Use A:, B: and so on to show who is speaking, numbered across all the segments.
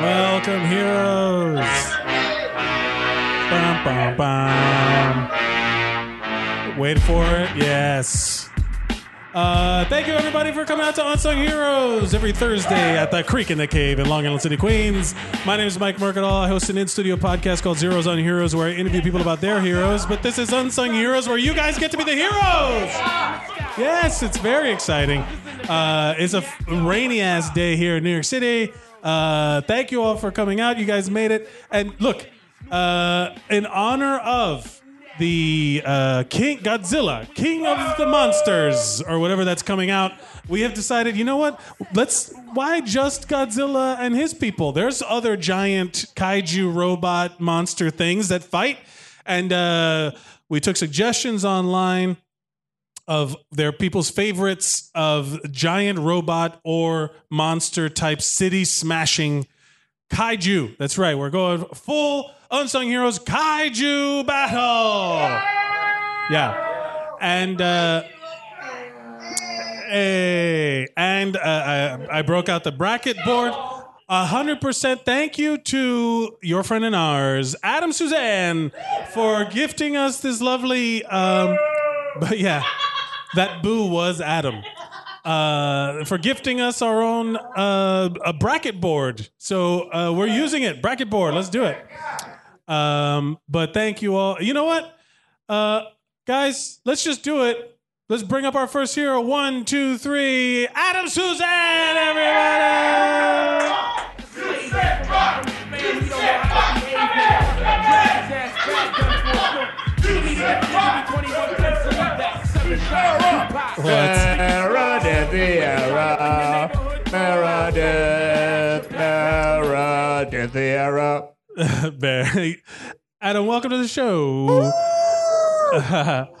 A: Welcome, heroes. Bum, bum, bum. Wait for it. Yes. Uh, thank you, everybody, for coming out to Unsung Heroes every Thursday at the Creek in the Cave in Long Island City, Queens. My name is Mike Mercadal. I host an in studio podcast called Zeros on Heroes where I interview people about their heroes. But this is Unsung Heroes where you guys get to be the heroes. Yes, it's very exciting. Uh, it's a f- rainy ass day here in New York City. Uh, thank you all for coming out. You guys made it. And look, uh, in honor of the uh, King Godzilla, King of the Monsters, or whatever that's coming out, we have decided. You know what? Let's. Why just Godzilla and his people? There's other giant kaiju robot monster things that fight, and uh, we took suggestions online of their people's favorites of giant robot or monster type city smashing kaiju. That's right, we're going full unsung heroes kaiju battle. Yeah, and uh, hey, and uh, I, I broke out the bracket board. A hundred percent. Thank you to your friend and ours, Adam Suzanne, for gifting us this lovely. Um, but yeah, that boo was Adam uh, for gifting us our own uh, a bracket board. So uh, we're using it, bracket board. Let's do it. Um, but thank you all. You know what, uh, guys? Let's just do it. Let's bring up our first hero. One, two, three. Adam Suzanne, everybody.
B: Meredith, Vieira. Meredith, Meredith, Vieira.
A: Barry. Adam, welcome to the show.
B: What's up?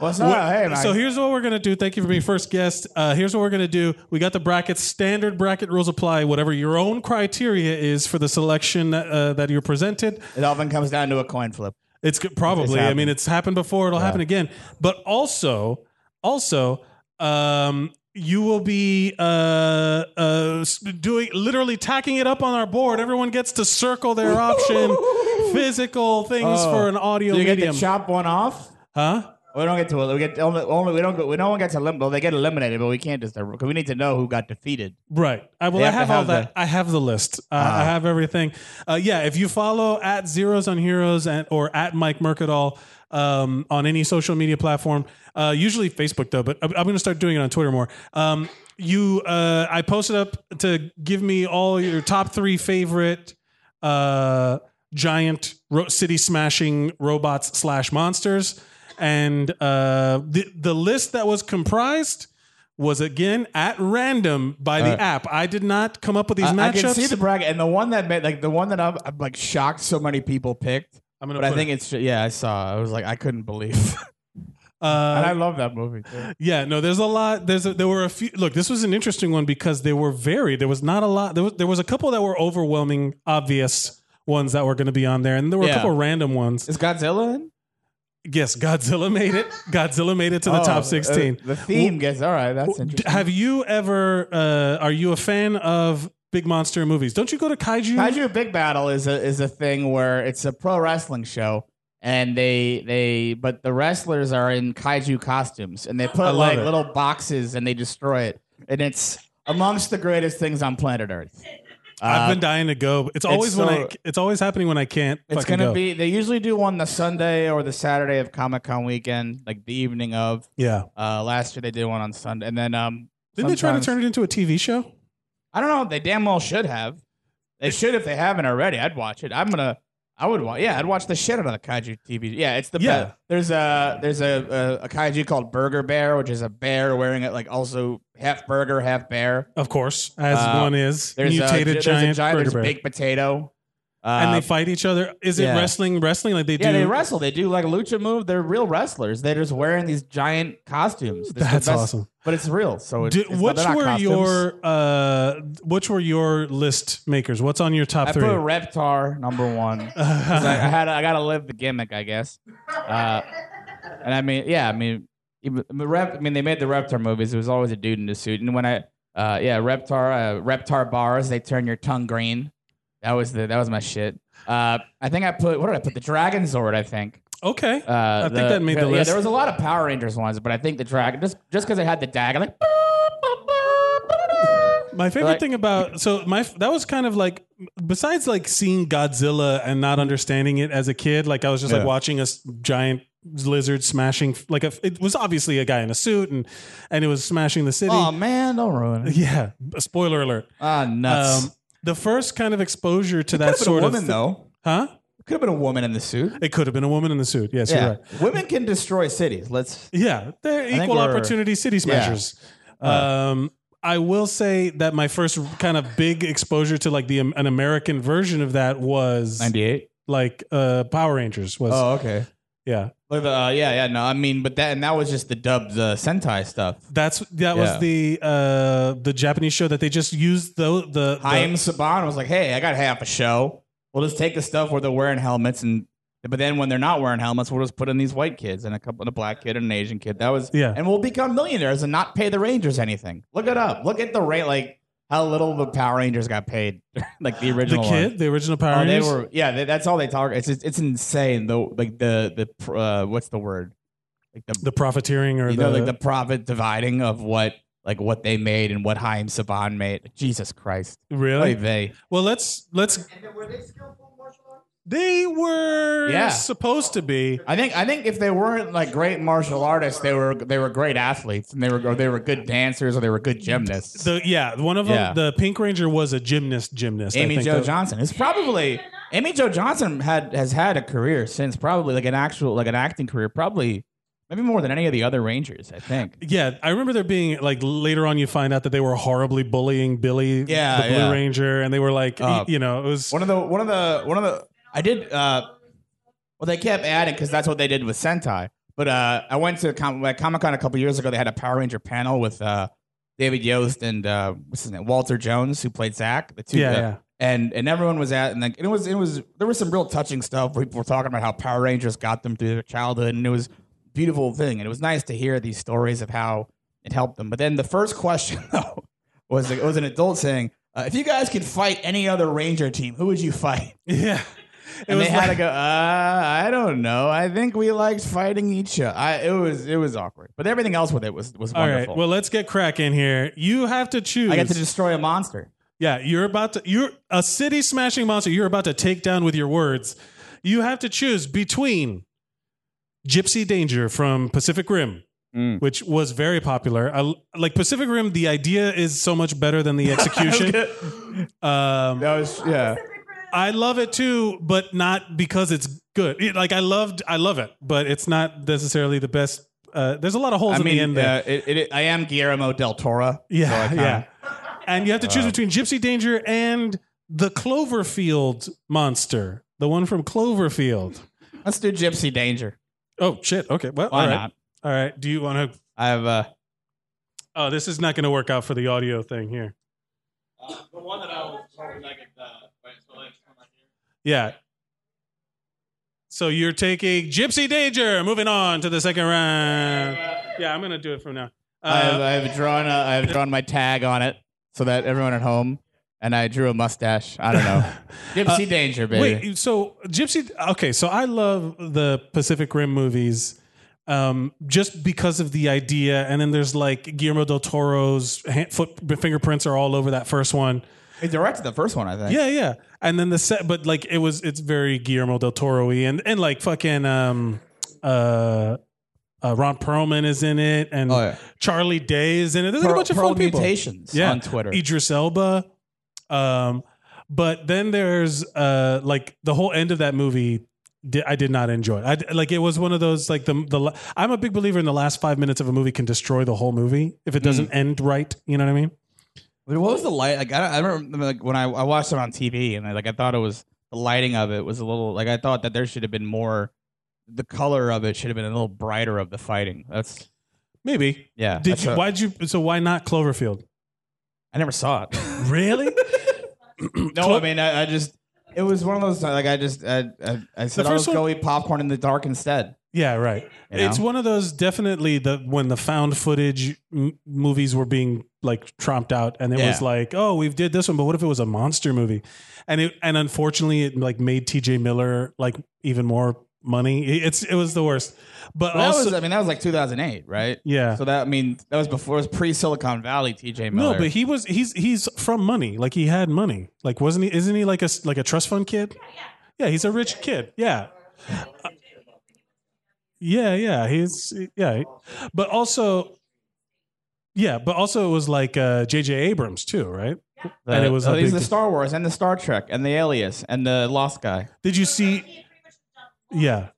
A: We're-
B: Oh, Hey, Mike.
A: So here's what we're gonna do. Thank you for being first guest. Uh, here's what we're gonna do. We got the brackets. Standard bracket rules apply. Whatever your own criteria is for the selection uh, that you're presented,
B: It often comes down to a coin flip.
A: it's good- probably. I mean,
B: happened.
A: it's happened before. It'll happen again. But also, also, um, you will be uh, uh, s- doing literally tacking it up on our board. Everyone gets to circle their option. Physical things
B: Oh.
A: for an audio
B: Do you get
A: medium,
B: to chop one off?
A: huh?
B: We don't get to we get only, only we don't go, we no one gets to limbo. They get eliminated, but we can't just because we need to know who got defeated.
A: Right. I well,
B: They
A: I
B: have
A: have,
B: to
A: all
B: have Ah.
A: that. I have the list. Uh, I have everything. Uh, yeah. If you follow at zeros on heroes and or at Mike Mercadal um, on any social media platform, uh, usually Facebook though, but I'm, I'm going to start doing it on Twitter more. Um, you, uh, I posted up to give me all your top three favorite uh, giant ro- city smashing robots slash monsters, and uh, the the list that was comprised was again at random by the app. I did not come up with these
B: I, I
A: matchups.
B: can see the bracket, and the one that made like the one that I'm, I'm like shocked so many people picked.
A: I'm gonna
B: But I
A: put
B: think it's yeah, I saw. I was like, I couldn't believe,
A: it. Uh,
B: and I love that movie. Too.
A: yeah, no, there's a lot. There's a, there were a few. Look, this was an interesting one because they were varied. There was not a lot. There was there was a couple that were overwhelming, obvious ones that were going to be on there, and there were a
B: Yeah.
A: couple random ones.
B: Is Godzilla in?
A: Yes, Godzilla made it. Godzilla made it to the
B: Oh, uh,
A: top sixteen.
B: the theme gets all right. That's
A: D-
B: interesting.
A: Have you ever? Uh, are you a fan of big monster movies? Don't you go to kaiju?
B: Kaiju Big Battle is a is a thing where it's a pro wrestling show, and they they but the wrestlers are in kaiju costumes, and they put
A: love
B: like
A: it.
B: little boxes and they destroy it, and it's amongst the greatest things on planet Earth.
A: I've
B: Uh,
A: been dying to go. It's always
B: so-
A: when I. It's always happening when I can't.
B: It's
A: fucking
B: gonna
A: go.
B: be. They usually do one the Sunday or the Saturday of Comic Con weekend, like the evening of.
A: Yeah.
B: Uh, last year they did one on Sunday, and then um.
A: Didn't they try to
B: sometimes-
A: turn it into a TV show?
B: I don't know. They damn well should have. They should if they haven't already. I'd watch it. I'm gonna. I would watch. Yeah, I'd watch the shit out of the kaiju TV. Yeah, it's the
A: Yeah.
B: yeah. There's a there's a, a a kaiju called Burger Bear, which is a bear wearing it like also half burger, half bear.
A: Of course, as
B: Uh,
A: one is
B: There's a,
A: mutated
B: there's
A: giant,
B: a giant there's
A: vertebrae.
B: baked potato.
A: and
B: Uh,
A: they fight each other. Is it
B: yeah.
A: wrestling? Wrestling like they
B: yeah,
A: do?
B: they wrestle. They do like lucha move. They're real wrestlers. They're just wearing these giant costumes. It's the
A: That's
B: best-
A: awesome.
B: But it's real. So it's,
A: Do-
B: it's not-
A: which
B: they're not
A: were
B: costumes.
A: your uh, which were your list makers? What's on your top
B: I
A: three?
B: put Reptar number one. 'Cause I, I had I gotta live the gimmick, I guess. Uh, and I mean, yeah, I mean, even- I mean, Rep, I mean, they made the Reptar movies. It was always a dude in a suit. And when I, uh, yeah, Reptar, uh, Reptar bars, they turn your tongue green. That was the that was my shit. Uh, I think I put what did I put? The Dragon Zord. I think.
A: Okay.
B: Uh, I
A: think that made the
B: Yeah,
A: list.
B: there was a lot of Power Rangers ones, but I think the Dragon just just because I had the Dragon like.
A: My favorite
B: Like-
A: thing about so my that was kind of like besides like seeing Godzilla and not understanding it as a kid, like I was just like
B: Yeah.
A: watching a s- giant lizard smashing like a, it was obviously a guy in a suit and and it was smashing the city.
B: Oh man, don't ruin it.
A: yeah, a spoiler alert.
B: Ah, nuts.
A: Um, the first kind of exposure to
B: Could
A: that
B: have been
A: sort
B: a woman
A: of thi-
B: though.
A: huh?
B: Could have been a woman in the suit.
A: It could have been a woman in the suit. Yes, you're right.
B: women can destroy cities. Let's.
A: Yeah, they're
B: think
A: equal
B: we're-
A: opportunity city smashers. Um, I will say that my first kind of big exposure to like the an American version of that was
B: Ninety-eight.
A: like uh, Power Rangers was
B: Oh, okay.
A: yeah.
B: Like the, uh, yeah, yeah, no, I mean, but that and that was just the dubbed uh, Sentai stuff.
A: That's that
B: Yeah.
A: was the uh, the Japanese show that they just used the the,
B: Haim
A: the
B: Saban was like, "Hey, I got half a show. We'll just take the stuff where they're wearing helmets, and but then when they're not wearing helmets, we'll just put in these white kids and a couple, and a black kid and an Asian kid. That was
A: Yeah.
B: and we'll become millionaires and not pay the Rangers anything. Look it up. Look at the rate, like how little the Power Rangers got paid, like the
A: the
B: original one.
A: kid the original Power
B: Oh, they
A: Rangers.
B: were yeah. They, that's all they talk. It's it's insane though. Like the the pr- uh, what's the word? Like the
A: the profiteering or
B: you
A: the,
B: know, like the profit dividing of what like what they made and what Haim Saban made. Jesus Christ.
A: really
B: Oy vey.
A: well let's let's
C: And then were they skillful martial artists?
A: they were
B: Yeah.
A: supposed to be
B: I think I think if they weren't like great martial artists, they were they were great athletes and they were or they were good dancers or they were good gymnasts.
A: the yeah one of them
B: Yeah.
A: the Pink Ranger was a gymnast gymnast I
B: Amy
A: think
B: Jo
A: that-
B: Johnson is probably Amy Jo Johnson had has had a career since probably like an actual like an acting career probably maybe more than any of the other Rangers I think.
A: Yeah, I remember there being like later on you find out that they were horribly bullying Billy,
B: Yeah,
A: the Blue
B: yeah.
A: Ranger, and they were like, y-
B: Uh,
A: you know, it was
B: One of the one of the one of the I did uh well they kept adding because that's what they did with Sentai. But uh I went to Com- at Comic Con a couple years ago. They had a Power Ranger panel with uh David Yost and uh what's his name Walter Jones who played Zack. The two
A: yeah,
B: uh,
A: yeah,
B: and and everyone was at and like it was it was there was some real touching stuff. People were talking about how Power Rangers got them through their childhood, and it was a beautiful thing. And it was nice to hear these stories of how it helped them. But then the first question though was it was an adult saying, uh, "If you guys could fight any other Ranger team, who would you fight?"
A: yeah. It
B: And
A: was
B: they had to
A: like-
B: go. Uh, I don't know. I think we liked fighting each other. I, it was it was awkward, but everything else with it was was
A: all
B: wonderful.
A: right. Well, let's get cracking here. You have to choose.
B: I got to destroy a monster.
A: yeah, you're about to. You're a city smashing monster. You're about to take down with your words. You have to choose between Gypsy Danger from Pacific Rim.
B: Mm.
A: Which was very popular. I, like Pacific Rim, the idea is so much better than the execution. um,
B: That was yeah.
A: I love it too, but not because it's good. It- like I loved, I love it, but it's not necessarily the best. Uh, there's a lot of holes
B: I
A: in the
B: mean,
A: end there.
B: uh, it, it, I am Guillermo del Toro. so I
A: yeah,
B: kinda-
A: yeah. And you have to choose
B: Uh,
A: between Gypsy Danger and the Cloverfield monster, the one from Cloverfield.
B: Let's do Gypsy Danger.
A: Oh shit! Okay, well,
B: Why
A: all right,
B: not?
A: all right. Do you want to?
B: I have uh,
A: Oh, this is not going to work out for the audio thing here.
B: Uh, the one that I was hoping I could. Uh,
A: Yeah. So you're taking Gypsy Danger. Moving on to the second round. Yeah, I'm gonna do it from now. Uh,
B: I, have, I have drawn. A, I have drawn my tag on it so that everyone at home. And I drew a mustache. I don't know. Uh, Gypsy Danger, baby.
A: Wait, so Gypsy? Okay, so I love the Pacific Rim movies, um, just because of the idea. And then there's like Guillermo del Toro's hand, foot fingerprints are all over that first one.
B: He directed the first one, I think.
A: Yeah, yeah. And then the set, but like it was, it's very Guillermo del Toro-y, and and like fucking um, uh, uh, Ron Perlman is in it, and
B: Oh, yeah.
A: Charlie Day is in it. There's like a
B: Pearl-
A: bunch of
B: Pearl
A: fun people.
B: Mutations
A: Yeah.
B: on Twitter.
A: Idris Elba. Um, but then there's uh, like the whole end of that movie. di- I did not enjoy. I like it was one of those like the the. la- I'm a big believer in the last five minutes of a movie can destroy the whole movie if it doesn't
B: Mm.
A: end right. You know what I mean?
B: What was the light? Like I, don't, I remember like when I, I watched it on TV and I, like I thought it was the lighting of it was a little like I thought that there should have been more. The color of it should have been a little brighter of the fighting. That's
A: Maybe.
B: yeah.
A: Did
B: that's
A: you?
B: a-
A: Why'd you? So why not Cloverfield?
B: I never saw it.
A: Really?
B: no, I mean I, I just it was one of those like I just I I, I said "Oh, I'll
A: first
B: just go eat popcorn in the dark instead.
A: Yeah, right.
B: You know?
A: It's one of those definitely the when the found footage m- movies were being like tromped out, and it was
B: Yeah.
A: like, oh, we did this one, but what if it was a monster movie? And it and unfortunately, it like made T.J. Miller like even more money. It- It's it was the worst, but
B: But that
A: also
B: was, I mean, that was like 2008, right?
A: yeah.
B: So that, I mean, that was before, it was pre Silicon Valley TJ Miller.
A: No, but he was he's he's from money. Like he had money. Like wasn't he? Isn't he like a s- like a trust fund kid? Yeah, he's a rich kid. Yeah. Uh, Yeah, yeah, he's yeah, but also, yeah, but also it was like uh J.J. Abrams too, right?
B: The-
A: and it was
B: oh,
A: a
B: he's
A: big-
B: the Star Wars and the Star Trek and the Alias and the Lost Guy.
A: Did you see? Yeah.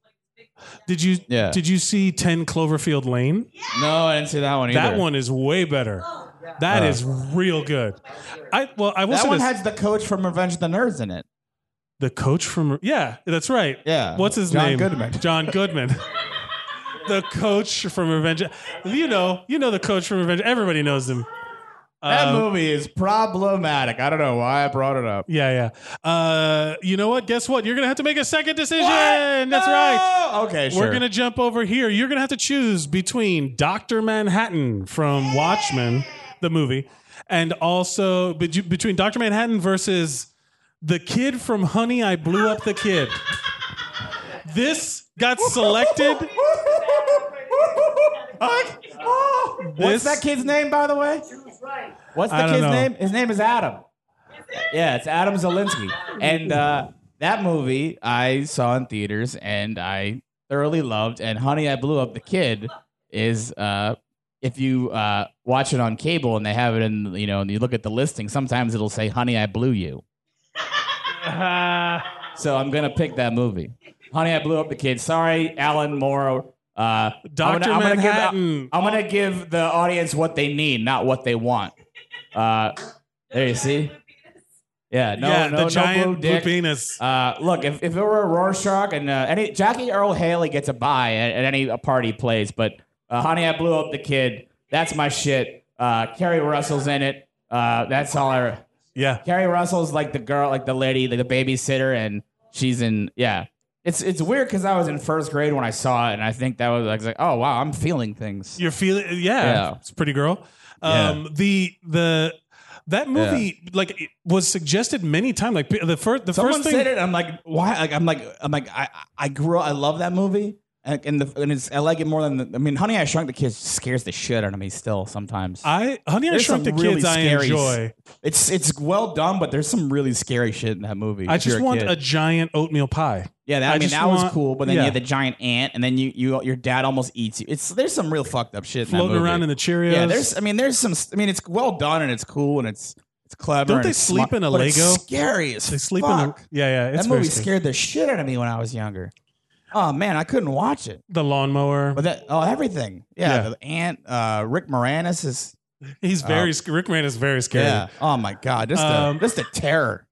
A: Did you
B: Yeah.
A: did you see Ten Cloverfield Lane?
B: No, I didn't see that one either.
A: That one is way better. That
B: Oh.
A: is real good. I well, I will
B: That
A: say
B: one
A: this-
B: had the coach from Revenge of the Nerds in it.
A: the coach from yeah, that's right.
B: Yeah.
A: What's his
B: John
A: name?
B: Goodman.
A: John Goodman. the coach from Revenge. You know, you know the coach from Revenge. Everybody knows him.
B: That
A: Um,
B: movie is problematic. I don't know why I brought it up.
A: yeah, yeah. Uh, you know what? Guess what? You're gonna have to make a second decision. That's
B: No!
A: right.
B: Okay, sure.
A: We're gonna jump over here. You're gonna have to choose between Doctor Manhattan from Watchmen, the movie, and also bet- between Doctor Manhattan versus the kid from Honey, I Blew Up the Kid. This got selected. This-
B: What's that kid's name, by the way? What's
A: I
B: the
A: don't
B: kid's
A: know.
B: name? His name is Adam. Yeah, it's Adam Zelinsky. And uh, that movie I saw in theaters and I thoroughly loved. And Honey, I Blew Up the Kid is uh, if you uh, watch it on cable and they have it in, you know, and you look at the listing, sometimes it'll say Honey, I Blew You. So I'm gonna pick that movie. Honey, I blew up the kid. Sorry, Alan Morrow. Uh,
A: Dr.
B: I'm gonna, I'm Gonna
A: Manhattan.
B: give, I'm gonna give the audience what they need, not what they want. Uh, there you see. Yeah, no,
A: yeah,
B: no,
A: the
B: no
A: giant
B: blue dick.
A: penis.
B: Uh, look, if, if it were a Rorschach and uh, any Jackie Earl Haley gets a bye at, at any uh, party plays, but uh, Honey, I blew up the kid. That's my shit. Uh, Carrie Russell's in it. Uh, that's all I.
A: Yeah.
B: Carrie Russell's like the girl, like the lady, like the babysitter, and she's in. Yeah, it's it's weird because I was in first grade when I saw it, and I think that was like, like oh wow, I'm feeling things.
A: You're feeling, yeah,
B: Yeah.
A: It's pretty girl. Um, The the that movie like it was suggested many times. Like pe- the first the
B: Someone
A: first thing
B: said it, I'm like, why? Like I'm like I'm like I I grew up, I love that movie, and and, the, and it's I like it more than the, I mean, Honey, I Shrunk the Kids scares the shit out of me still sometimes.
A: I Honey I
B: There's
A: Shrunk the
B: some really
A: Kids I
B: scary s-
A: enjoy.
B: it's it's well done, but there's some really scary shit in that movie.
A: I
B: if you're
A: just want
B: kid.
A: a giant oatmeal pie.
B: Yeah, that,
A: I
B: I, mean
A: just
B: that was
A: want-
B: cool, but then
A: yeah.
B: you had the giant ant, and then you, you your dad almost eats you. It's there's some real fucked up shit in that
A: floating
B: movie.
A: around in the Cheerios.
B: Yeah, there's. I mean, there's some. I mean, it's well done and it's cool and it's it's clever.
A: Don't
B: and
A: they
B: it's
A: sleep
B: smart,
A: in a
B: but it's
A: Lego?
B: scary as
A: they sleep
B: fuck.
A: in. A, yeah, yeah. It's
B: that
A: very
B: movie
A: scary.
B: scared the shit out of me when I was younger. Oh man, I couldn't watch it.
A: the lawnmower.
B: But that oh everything. Yeah,
A: Yeah.
B: the aunt uh, Rick Moranis is.
A: He's very sc- Rick Man is very scary.
B: uh, Yeah. Oh my god, just
A: Um,
B: the just the terror.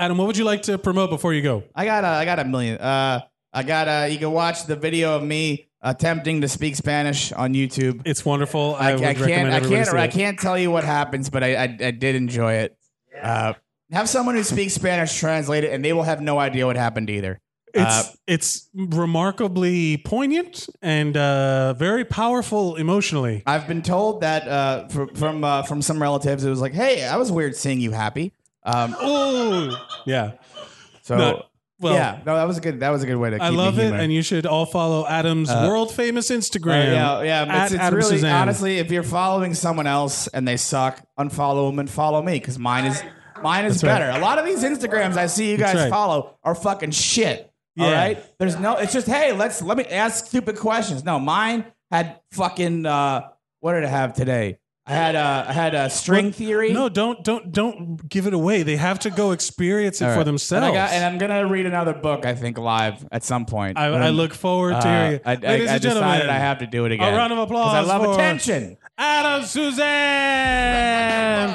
A: Adam, what would you like to promote before you go?
B: I got a, I got a million. Uh, I got a. You can watch the video of me attempting to speak Spanish on YouTube.
A: It's wonderful. I,
B: I,
A: would
B: I
A: recommend
B: can't. I
A: everybody
B: can't.
A: see
B: I
A: it.
B: can't tell you what happens, but I, I, I did enjoy it. Uh, have someone who speaks Spanish translate it, and they will have no idea what happened either.
A: It's
B: Uh,
A: it's remarkably poignant and uh, very powerful emotionally.
B: I've been told that uh, fr- from uh, from some relatives, it was like, "Hey, I was weird seeing you happy." Um,
A: Oh, yeah.
B: so
A: No, Well,
B: Oh, yeah, no, that was a good. That was a good way to. Keep
A: I love
B: me
A: it,
B: human.
A: and you should all follow Adam's world famous Instagram.
B: oh, yeah, yeah. but
A: at
B: It's, it's
A: Adam
B: really
A: Suzanne.
B: honestly, if you're following someone else and they suck, unfollow them and follow me because mine is mine is
A: That's right.
B: better. A lot of these Instagrams I see you
A: That's
B: guys
A: right.
B: follow are fucking shit. All
A: Yeah.
B: right, there's no. It's just hey, let's let me ask stupid questions. No, mine had fucking uh, what did I have today? I had uh, I had a string theory.
A: No, don't don't don't give it away. They have to go experience it
B: All right.
A: for themselves.
B: And, I got, and I'm gonna read another book. I think live at some point.
A: I, I look forward to
B: Uh,
A: hearing you.
B: I, I,
A: Ladies
B: I
A: and gentlemen,
B: decided I have to do it again.
A: round of
B: 'Cause I
A: applause
B: love
A: for-
B: attention.
A: Adam Suzanne.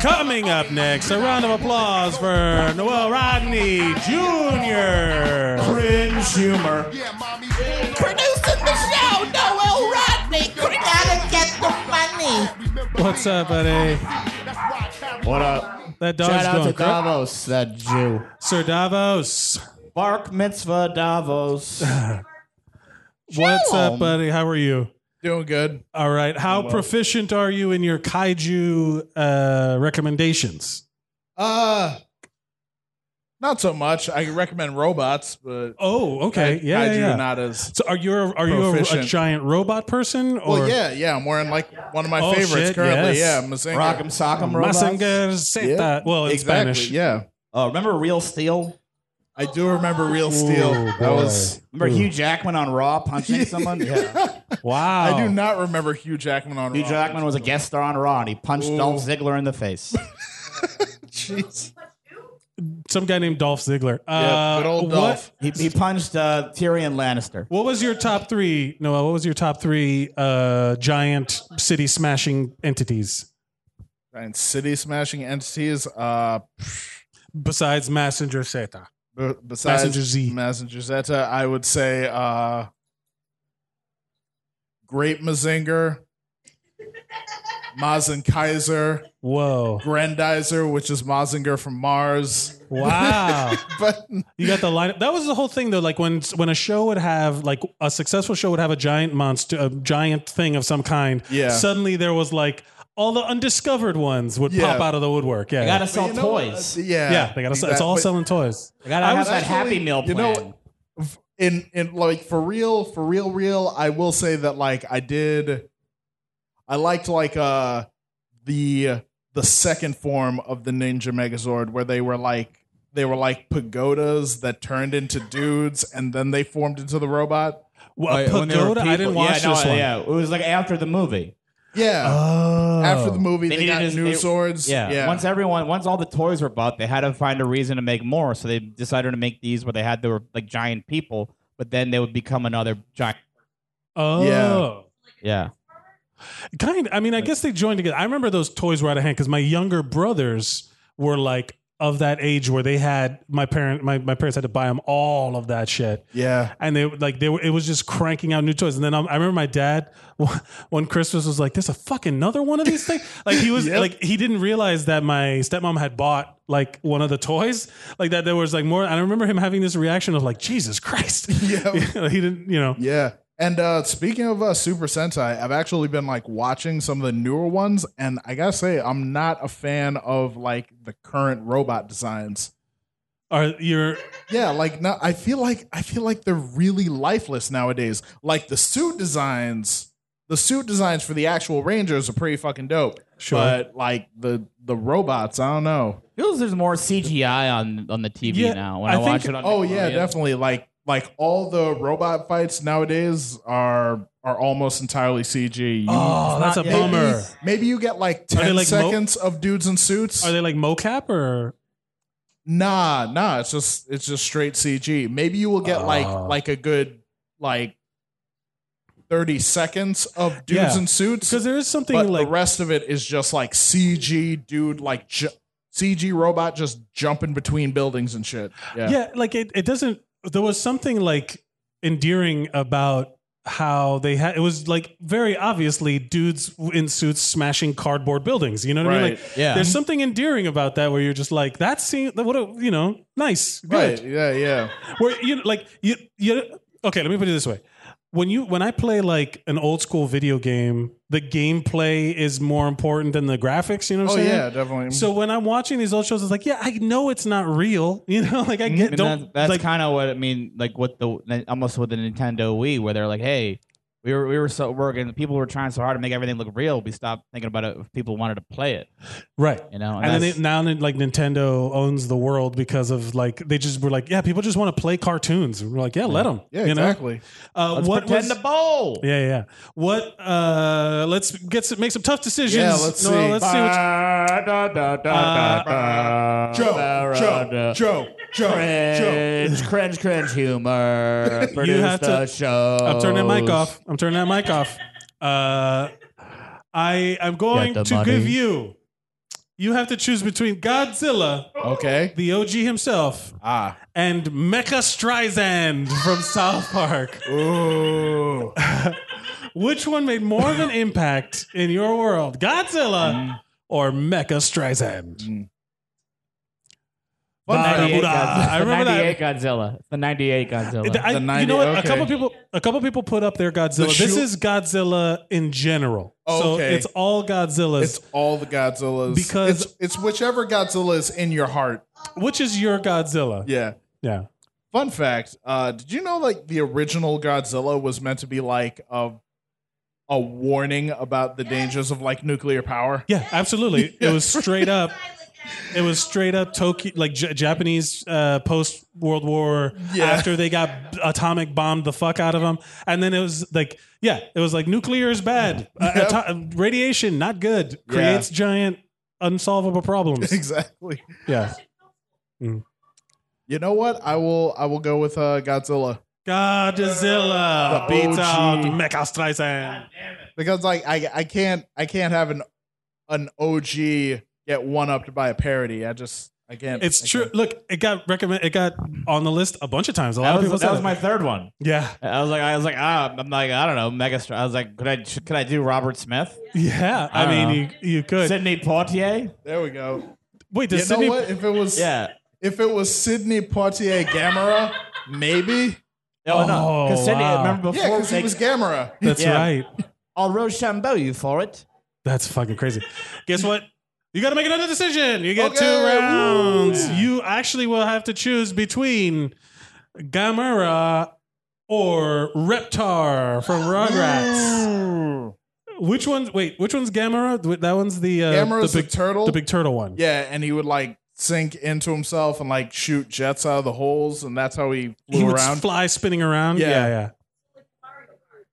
A: Coming up next, a round of applause for Noel Rodney Jr.
B: Cringe humor.
D: Producing the show, Noel Rodney. You gotta get the money.
A: What's up, buddy?
B: What up?
A: That dog's
B: Shout out
A: going
B: to
A: cra-
B: Davos, that Jew.
A: Sir Davos.
B: Bark mitzvah Davos.
A: What's up,
B: Shalom.
A: buddy? How are you?
E: Doing good.
A: All right. How proficient are you in your kaiju uh, recommendations?
E: Uh not so much. I recommend robots, but
A: Oh, okay.
E: ki-
A: yeah,
E: kaiju
A: yeah.
E: not as
A: So are you a, are you a, a
E: Proficient.
A: giant robot person? Or
E: well. Yeah, yeah. I'm wearing like one of my
A: Oh,
E: favorites
A: shit,
E: currently.
A: yes.
E: Yeah, Mazinga.
B: Rock'em sock'em robots.
A: Massinger Zeta.
E: Yeah.
A: Well, in
E: exactly.
A: Spanish.
E: Yeah,
B: Oh, remember Real Steel?
E: I do remember Real Steel.
A: Ooh,
E: that
A: boy.
E: was.
B: Remember Hugh Jackman on Raw punching someone? Yeah.
A: Wow.
E: I do not remember Hugh Jackman on.
B: Hugh
E: Raw.
B: Jackman was a guest star on Raw, and he punched
E: Ooh.
B: Dolph Ziggler in the face.
E: Jeez.
A: Some guy named Dolph Ziggler.
E: Yeah,
A: Uh,
E: good old Dolph.
A: what,
B: he, he punched uh, Tyrion Lannister.
A: what was your top three, Noah? What was your top three uh, giant city smashing entities
E: Giant city smashing entities. Uh,
A: besides Massinger Zeta?
E: b- besides
A: Messenger Z.
E: Messenger Zeta, I would say uh, Great Mazinger, Mazen Kaiser,
A: Whoa.
E: Grandizer, which is Mazinger from Mars.
A: Wow.
E: But
A: You got the lineup. That was the whole thing, though. Like when when a show would have like a successful show would have a giant monster, a giant thing of some kind.
E: Yeah.
A: Suddenly there was like all the undiscovered ones would
E: Yeah.
A: pop out of the woodwork. Yeah.
B: They gotta sell
E: you know what?
B: toys.
E: yeah,
A: yeah. They got to. sell It's
E: exact-
A: all
E: but
A: selling toys.
B: They gotta
A: I
B: have
A: was
B: that
E: actually-
B: Happy Meal plan.
E: you know, in in like for real, for real, real. I will say that like I did, I liked like uh the the second form of the Ninja Megazord where they were like they were like pagodas that turned into dudes and then they formed into the robot.
A: Well,
B: Like, when they were
A: pagoda. I didn't
B: people- yeah,
A: watch
B: no,
A: this one.
B: Yeah, it was like after the movie.
E: Yeah.
A: Oh.
E: After the movie,
B: They
E: they,
B: needed
E: got
B: his-
E: new
B: they-
E: swords.
B: Yeah. Once everyone, once all the toys were bought, they had to find a reason to make more. So they decided to make these where they had their like giant people, but then they would become another giant.
A: Oh.
E: Yeah.
B: Yeah.
A: Kind. I mean, I guess they joined together. I remember those toys were out of hand because my younger brothers were like of that age where they had my parent. My, my parents had to buy them all of that shit.
E: yeah.
A: and they like they were it was just cranking out new toys and then um, i remember my dad one- one christmas was like there's a fucking another one of these things like he was
E: Yep.
A: like he didn't realize that my stepmom had bought like one of the toys like that there was like more and i remember him having this reaction of like jesus christ
E: Yeah.
A: he didn't you know
E: Yeah. And uh, speaking of uh, Super Sentai, I've actually been like watching some of the newer ones, and I gotta say, I'm not a fan of like the current robot designs.
A: or you're
E: Yeah, like no, I feel like I feel like they're really lifeless nowadays. Like the suit designs, the suit designs for the actual Rangers are pretty fucking dope.
A: Sure.
E: But like the the robots, I don't know.
B: Feels there's more CGI on on the TV
A: Yeah,
B: now. When
A: I
B: I,
A: think-
B: watch it on
E: Oh yeah,
B: Nickelodeon.
E: definitely. Like like all the robot fights nowadays are are almost entirely CG. You-
A: oh that's a
B: not yet.
A: bummer
E: Maybe you get like
A: Are they
E: 10
A: like mo-
E: seconds of dudes in suits.
A: are they like mocap or
E: nah, nah, it's just it's just straight CG. Maybe you will get like
A: Oh.
E: like a good like 30 seconds of dudes
A: Yeah.
E: in suits.
A: because there is something
E: But
A: like
E: the rest of it is just like CG dude like ju- CG robot just jumping between buildings and shit. Yeah.
A: yeah like it, it doesn't there was something like endearing about how they had it was like very obviously dudes in suits smashing cardboard buildings you know what i mean
E: Right.
A: like
B: Yeah.
A: there's something endearing about that where you're just like that seems what a you know nice good
E: Right. Yeah, yeah.
A: where you like you you okay let me put it this way when you when i play like an old school video game the gameplay is more important than the graphics you know what
E: Oh
A: i'm saying
E: yeah, definitely.
A: so when i'm watching these old shows it's like yeah i know it's not real you know like i
E: Mm-hmm.
B: I
A: get
B: mean,
A: don't
B: that- that's
A: like,
B: kind of what I mean, like what the almost with the Nintendo Wii, where they're like, "Hey, we were we were so working, people were trying so hard to make everything look real. We stopped thinking about it if people wanted to play it,
A: right
B: you know."
A: and then
B: that's-
A: they, now like Nintendo owns the world because of like they just were like yeah people just want to play cartoons and we're like yeah, let 'em. let them
E: yeah,
A: you know
E: exactly.
A: uh,
B: let's
A: what
B: pretend
A: was-
B: to bowl.
A: yeah yeah, yeah what uh let's get some make some tough decisions
E: Yeah, let's
A: Noel,
E: see.
A: let's see Uh, what
E: Joe, Joe, Joe, Joe, Joe.
B: Cringe, cringe, cringe humor. Produce
A: have
B: the
A: to-
B: show.
A: I'm turning that mic off I'm turning that mic off uh I I'm going
B: the
A: to
B: money.
A: give you you have to choose between Godzilla
E: Okay.
A: the OG himself
E: Ah.
A: and Mecha Streisand from South Park
E: Ooh.
A: Which one made more of an impact in your world,
E: Mm.
A: Godzilla or Mecha Streisand? Bada
B: 98
A: Buddha.
B: Godzilla.
A: I remember
F: the
A: that.
F: 98 Godzilla. It's the 98 Godzilla.
A: I-
E: The
A: you
E: 90
A: know what? A
E: okay.
A: couple people, a couple people put up their Godzilla.
E: The
A: this
E: shoe-
A: is Godzilla in general, so
E: Okay.
A: it's all Godzillas,
E: It's all the Godzillas
A: Because-
E: it's, it's whichever Godzilla is in your heart.
A: which is your Godzilla.
E: Yeah.
A: Yeah.
E: Fun fact: uh, Did you know like the original Godzilla was meant to be like a a warning about the dangers of like nuclear power?
A: Yeah, absolutely. It was straight up. It was straight up Tokyo, like J- Japanese uh, post World War.
E: Yeah.
A: After they got atomic bombed the fuck out of them, and then it was like, yeah, it was like nuclear is bad, uh,
E: Yep.
A: ato- radiation not good,
E: Yeah.
A: creates giant unsolvable problems.
E: Exactly.
A: yeah,
E: You know what? I will. I will go with uh, Godzilla
A: Godzilla
E: The
A: beats
E: OG.
A: out Mecha Streisand.
E: because like I I can't I can't have an an OG get one upped by a parody. I just I can't.
A: It's
E: I
A: true.
E: can't.
A: Look, it got recommend. It got on the list a bunch of times. A lot
F: that
A: of people
F: was, that
A: said
F: was
A: it.
F: my third one.
A: yeah,
F: I was like, I was like, ah, I'm like, I don't know, Megastar. I was like, could I could I do Robert Smith,
A: yeah. I,
F: I don't
A: mean, you, you could.
F: Sidney Poitier?
E: There we go.
A: Wait,
E: You
A: does Sydney?
E: know what? If it was
F: Yeah.
E: if it was Sydney Poitier Gamera, maybe.
F: Oh, no,
A: Oh,
F: because Sidney.
A: wow.
F: Remember
E: Yeah,
F: before
E: because he
F: like,
E: was Gamera.
A: That's
F: Yeah.
A: right.
F: I'll Rochambeau you for it.
A: That's fucking crazy. Guess what? You got to make another decision. You get
E: Okay,
A: two
E: woo.
A: rounds. You actually will have to choose between Gamera or Reptar from Rugrats. Uh, Which one's wait? Which one's Gamera? That one's the uh,
E: Gamera's
A: the
E: the,
A: big
E: turtle.
A: the big turtle one.
E: yeah, and he would like sink into himself and like shoot jets out of the holes, and that's how he flew
A: he would
E: around.
A: fly spinning around.
E: Yeah.
A: yeah. yeah.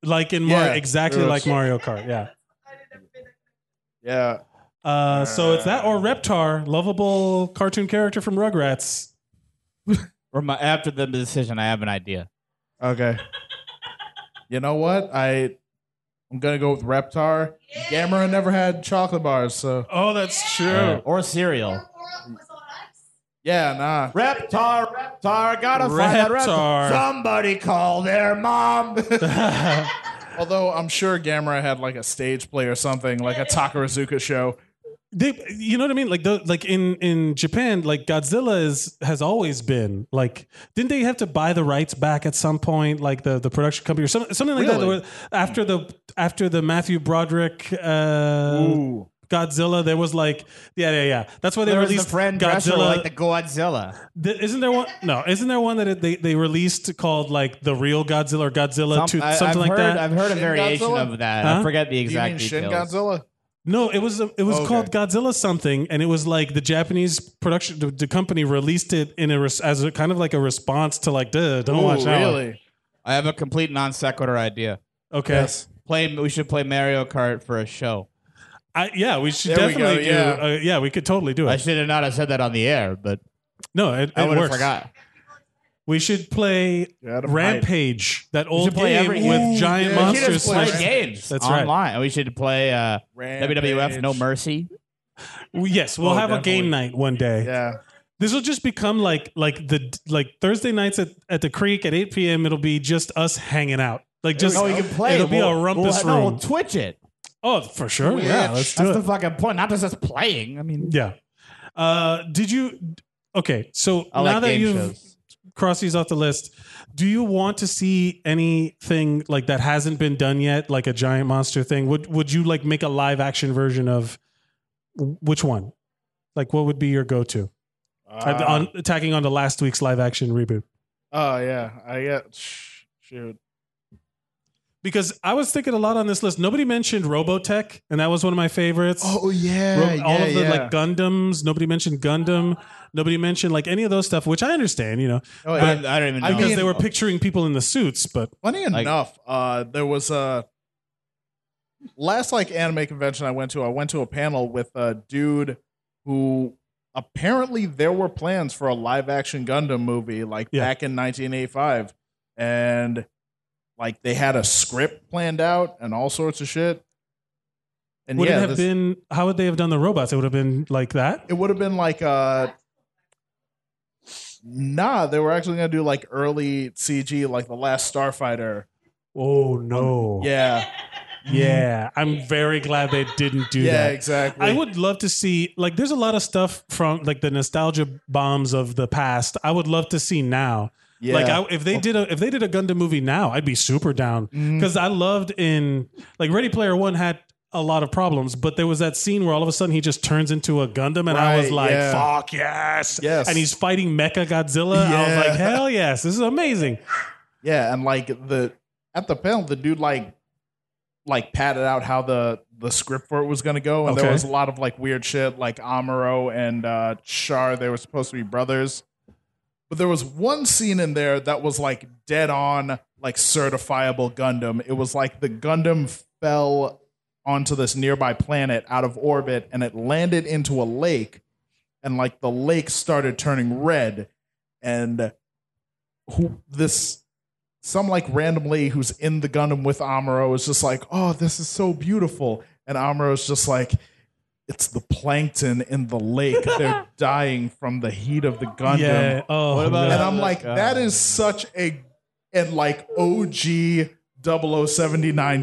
A: Like in Mario,
E: Yeah.
A: exactly
E: Yes.
A: like Mario Kart. Yeah.
E: yeah,
A: Uh, so it's that or Reptar, lovable cartoon character from Rugrats.
F: Or my, after the decision, I have an idea.
E: okay. you know what? I I'm gonna go with Reptar. Gamera never had chocolate bars, so
A: Oh, that's true.
F: Uh, or cereal.
E: yeah, nah.
F: Reptar, Reptar, gotta find that
A: Reptar.
F: Reptar. Somebody call their mom.
E: Although I'm sure Gamera had like a stage play or something, like a Takarazuka show.
A: They, you know what I mean? Like, the, like in in Japan, like Godzilla is has always been like. Didn't they have to buy the rights back at some point? Like the, the production company or something, something like
E: Really?
A: that. Where after the after the Matthew Broderick uh,
E: Ooh,
A: Godzilla, there was like, yeah, yeah, yeah. That's why they
F: there was the
A: released
F: friend dresser
A: Godzilla.
F: like the Godzilla.
A: Th- isn't there one? No, isn't there one that it, they they released called like the real Godzilla or Godzilla
F: Some-
A: Uh, two-
F: I,
A: something
F: have
A: like
F: heard,
A: that?
F: I've heard a
E: Shin
F: variation
E: Godzilla?
F: of that.
A: Huh?
F: I forget the
E: do you
F: exact
E: mean Shin
F: details.
E: Godzilla?
A: No, it was it was
E: Oh, Okay.
A: called Godzilla something, and it was like the Japanese production the, the company released it in a res, as a kind of like a response to like, duh, don't
E: Ooh,
A: watch that. one.
E: really?
F: I have a complete non sequitur idea.
A: Okay,
F: Play. We should play Mario Kart for a show.
A: I, yeah, we should
E: There we go,
A: definitely do.
E: yeah.
A: Uh, yeah, we could totally do
F: I
A: it.
F: should have not have said that on the air, but
A: no, it,
F: I
A: it
F: would have
A: works.
F: forgot.
A: We should play
E: Yeah, Adam
A: Rampage, that old
F: should play
A: game
F: every-
A: with
E: Ooh,
A: giant
E: yeah. We should
A: monsters.
E: have played
A: slash-
E: Rampage.
F: games.
A: That's right.
F: online. We should play uh,
E: Hyde.
F: WWF No Mercy.
A: Yes, we'll
E: Oh,
A: have a game
E: definitely.
A: night one day.
E: Yeah.
A: This will just become like like the like Thursday nights at, at the creek at 8 p.m. It'll be just us hanging out. Like just
F: No, we Oh, can play.
A: It'll be a
F: We'll-
A: rumpus
F: we'll, no,
A: room.
F: we'll Twitch it.
A: Oh, for sure. Yeah, let's do
F: That's the
A: it.
F: fucking point. Not just us playing. I mean,
A: yeah. Uh, did you? Okay, so
F: I
A: now
F: like
A: that
F: game
A: you've
F: shows.
A: crossed these off the list, do you want to see anything like that hasn't been done yet, like a giant monster thing? Would Would you like make a live action version of which one? Like, what would be your go to?
E: Uh,
A: on attacking on the last week's live action reboot.
E: Oh yeah, I get sh- shoot.
A: Because I was thinking a lot on this list. Nobody mentioned Robotech, and that was one of my favorites.
E: Oh, yeah,
A: Ro- all of the like Gundams. Nobody mentioned Gundam. Nobody mentioned like any of those stuff, which I understand, you know,
E: Oh,
F: I,
E: yeah.
F: I don't even know.
E: I
A: because
E: mean-
A: they were picturing people in the suits. But
E: funny
F: Like-
E: enough, uh, there was a last like anime convention I went to. I went to a panel with a dude who apparently there were plans for a live action Gundam movie like
A: Yeah.
E: back in 1985, and like they had a script planned out and all sorts of shit. And
A: would
E: yeah,
A: it have
E: this-
A: been? How would they have done the robots? It would have been like that.
E: it would have been like uh nah they were actually gonna do like early cg like the last starfighter
A: Oh no!
E: yeah
A: Yeah, I'm very glad they didn't do
E: yeah,
A: that.
E: exactly.
A: I would love to see like there's a lot of stuff from like the nostalgia bombs of the past. I would love to see now.
E: Yeah.
A: Like I, if
F: Oh.
A: they did a if they did a Gundam movie now, I'd be super down
F: Mm.
A: because I loved in like Ready Player One had a lot of problems, but there was that scene where all of a sudden he just turns into a Gundam, and I was
E: Right,
A: like,
E: yeah.
A: "Fuck yes!"
E: Yes.
A: and he's fighting Mecha Godzilla. I was
E: Yeah.
A: like, "Hell yes, this is amazing."
E: Yeah, and like the at the panel, the dude like like patted out how the the script for it was gonna go, and
A: Okay.
E: there was a lot of like weird shit, like Amuro and uh Char, they were supposed to be brothers. But there was one scene in there that was like dead on, like certifiable Gundam. It was like the Gundam fell onto this nearby planet out of orbit and it landed into a lake, and like the lake started turning red, and who this some like random lady who's in the Gundam with Amuro is just like, oh, this is so beautiful. And Amuro's just like, it's the plankton in the lake. They're dying from the heat of the Gundam.
A: Yeah. Oh,
F: What about-
A: no.
E: And I'm
F: Oh,
E: like,
F: God.
E: that is such a and like OG 0079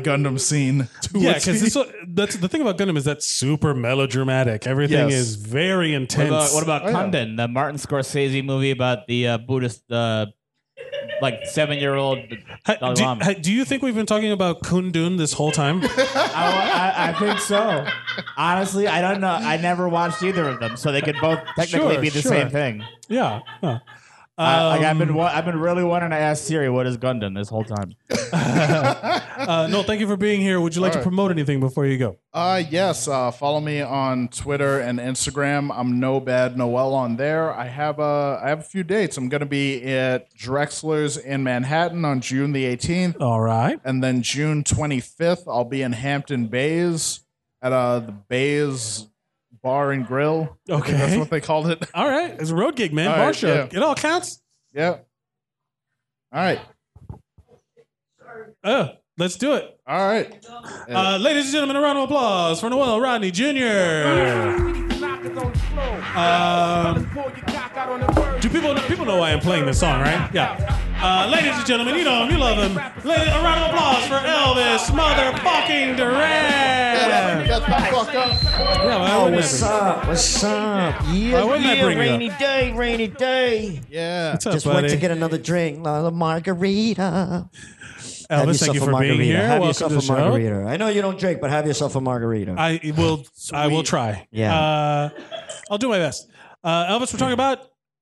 E: Gundam scene. To
A: Yeah,
E: a
A: because
E: T.
A: this that's the thing about Gundam is that's super melodramatic. Everything
E: Yes.
A: is very
F: What
A: intense.
F: about, what about
E: Oh, yeah.
F: Kundun, the Martin Scorsese movie about the uh, Buddhist, uh, like seven year old?
A: Ha-
F: Dalai
A: do,
F: Lama.
A: ha- do you think we've been talking about Kundun this whole time?
F: I, I, I think so. Honestly, I don't know. I never watched either of them, so they could both technically
A: Sure,
F: be the
A: sure.
F: same thing.
A: yeah. yeah.
F: I, like I've been,
A: Um,
F: wa- I've been really wanting to ask Siri what is Gundam this whole time.
A: uh, no, thank you for being here. Would you like to
E: Alright.
A: promote anything before you go?
E: Uh, yes. Uh, follow me on Twitter and Instagram. I'm no bad Noel on there. I have a I have a few dates. I'm gonna be at Drexler's in Manhattan on June the 18th,
A: All right.
E: and then June 25th I'll be in Hampton Bays at uh the Bays Bar and Grill. I think that's
A: Okay.
E: what they called it.
A: All right. It's a road gig, man.
E: All
A: Bar
E: right,
A: show.
E: yeah.
A: It all counts.
E: yeah. All right.
A: Uh, let's do it.
E: All right.
A: Uh, ladies and gentlemen, a round of applause for Noel Rodney Jr. Um, do people people know why I'm playing this song, right? Yeah. Uh, ladies and gentlemen, you know him, you love him. La- a round of applause for Elvis motherfucking Duran.
E: Shut the fuck up.
A: Yeah, why wouldn't that be-
G: up? Oh, What's up?
A: why
G: Yeah,
A: wouldn't that bring it up?
G: day, rainy day.
E: Yeah.
A: What's up,
G: Just went to
A: buddy?
G: get another drink, another margarita. Have
A: Elvis, thank
G: yourself
A: you
G: a
A: for
G: margarita.
A: being here.
G: Have
A: Welcome
G: yourself
A: to the
G: a
A: show.
G: margarita. I know you don't drink, but have yourself a margarita.
A: I will. I will try.
G: Yeah.
A: Uh, I'll do my best. Uh, Elvis, we're talking about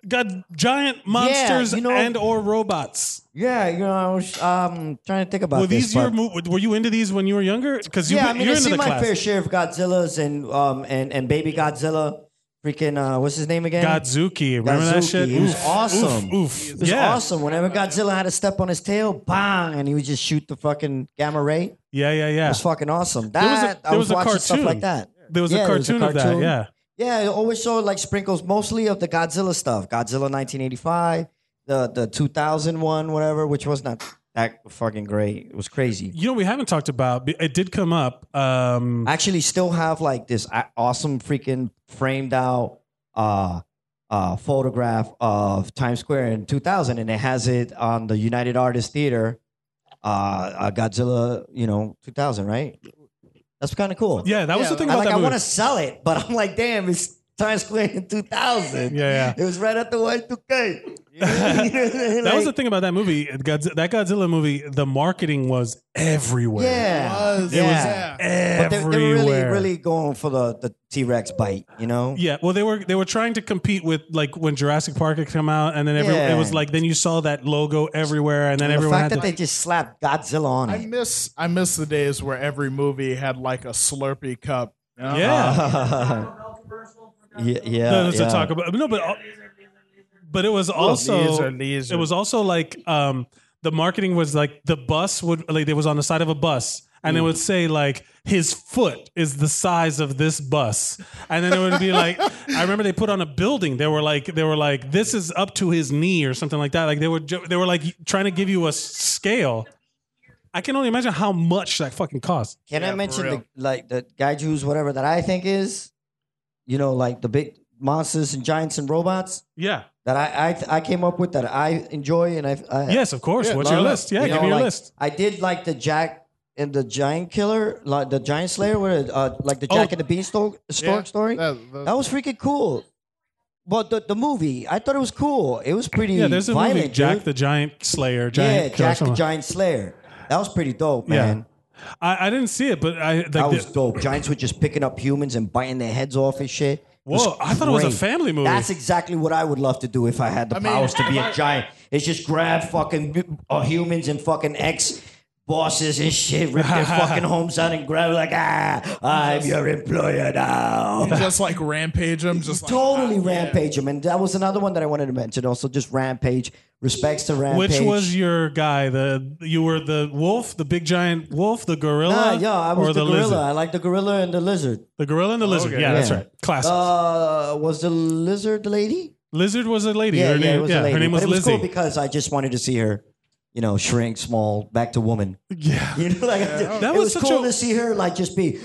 A: God, giant monsters
G: you know-
A: and or robots.
G: yeah, you know, I was um, trying to think about
A: Were
G: this.
A: these your?
G: but-
A: mo- Were you into these when you were younger? Because you,
G: yeah, I mean,
A: you're
G: I've
A: into
G: seen
A: the
G: my
A: class.
G: fair share of Godzillas and um and and Baby Godzilla. Freaking, uh, what's his name again?
A: Godzuki, remember that
G: Godzuki.
A: shit?
G: It was
A: Oof,
G: awesome.
A: Oof, oof.
G: It was
A: yeah.
G: awesome. Whenever Godzilla had a step on his tail, bang, and he would just shoot the fucking gamma ray. It
A: yeah, yeah, yeah.
G: was fucking awesome. That
A: There was a-
G: I
A: there
G: was,
A: was a
G: watching stuff
A: cartoon.
G: like that.
A: There was
G: Yeah,
A: a cartoon of that.
G: cartoon.
A: Yeah,
G: Yeah, I always saw like sprinkles mostly of the Godzilla stuff. Godzilla 1985, the the 2001, whatever, which was not that fucking great. It was crazy.
A: you know we haven't talked about. but It did come up. Um,
G: I actually still have like this a- awesome freaking framed out uh uh photograph of Times Square in 2000 and it has it on the United Artists Theater uh, uh Godzilla, you know, 2000, right? That's kind of cool.
A: yeah, that was the thing
G: I,
A: about
G: like I
A: that
G: want
A: movie.
G: to sell it, but I'm like, damn, it's Times Square in 2000.
A: Yeah,
G: It was right after Y2K.
A: That was the thing about that movie. Godz- that Godzilla movie. The marketing was everywhere.
G: Yeah.
E: was,
G: Yeah. But they,
A: everywhere.
G: they were really, really going for the, the T Rex bite, you know?
A: Yeah, well, they were they were trying to compete with like when Jurassic Park had come out, and then every,
G: Yeah.
A: it was like then you saw that logo everywhere, and then
G: And the
A: everyone had
G: fact that
A: to.
G: they just slapped Godzilla on
E: I
G: it.
E: miss I miss the days where every movie had like a Slurpee cup. Uh-huh. you know?
A: yeah,
G: yeah. Yeah.
A: no, that's
G: yeah.
A: a talk about no, but but it was also
E: These are- these
A: it
E: are-
A: was also like um the marketing was like the bus would like it was on the side of a bus. And it would say like his foot is the size of this bus, and then it would be like I remember they put on a building. They were like they were like this is up to his knee or something like that. Like they were jo- they were like trying to give you a s- scale. I can only imagine how much that fucking cost.
G: Can
E: Yeah,
G: I
E: for
G: mention
E: real.
G: the like the gaiju's whatever that I think is, you know, like the big monsters and giants and robots
A: Yeah.
G: that I I, I came up with that I enjoy and I, I
A: Yes, of course. What's your
G: love it.
A: list? Yeah,
G: You
A: give
G: know,
A: me your
G: like,
A: list.
G: I did like the Jack in the Giant Killer, like the Giant Slayer, where uh, like the
A: Oh.
G: Jack and the Beanstalk storm
E: Yeah,
G: story.
E: that- that-
G: That was freaking cool. But the, the movie, I thought it was cool. It was pretty
A: Yeah, there's a
G: violent,
A: movie, Jack
G: dude.
A: the Giant Slayer.
G: yeah,
A: Giant Killer,
G: Jack the
A: something.
G: Giant Slayer. That was pretty dope,
A: Yeah.
G: man.
A: I, I didn't see it, but I like
G: that
A: the-
G: was dope. Giants were just picking up humans and biting their heads off and shit. It was
A: Whoa, I thought it was a
G: great.
A: family movie.
G: That's exactly what I would love to do if I had the
E: mean-
G: powers to be a giant. It's just grab fucking uh, humans and fucking ex bosses and shit, rip their fucking homes out and grab like ah, I'm your employer now.
E: just like rampage him, just like,
G: Totally rampage him, and that was another one that I wanted to mention. Also, just rampage. Respects to rampage.
A: Which was your guy? The you were the wolf, the big giant wolf, the gorilla,
G: Nah, yeah, I was
A: or
G: the, gorilla.
A: lizard?
G: I like the gorilla and the lizard.
A: The gorilla and the lizard. Yeah, that's
G: Yeah.
A: right. Classic.
G: Uh, was the lizard the lady?
A: lizard was a lady. her,
G: it
A: name,
G: was a
A: yeah
G: lady.
A: her name was
G: but it was
A: Lizzie.
G: cool because I just wanted to see her, you know, shrink small back to woman.
A: yeah.
G: You know, like
A: That
G: it
A: was
G: was,
A: such
G: cool
A: a-
G: to see her like just be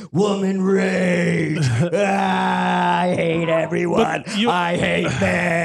G: woman rage. Ah, I hate everyone.
A: But you-
G: I hate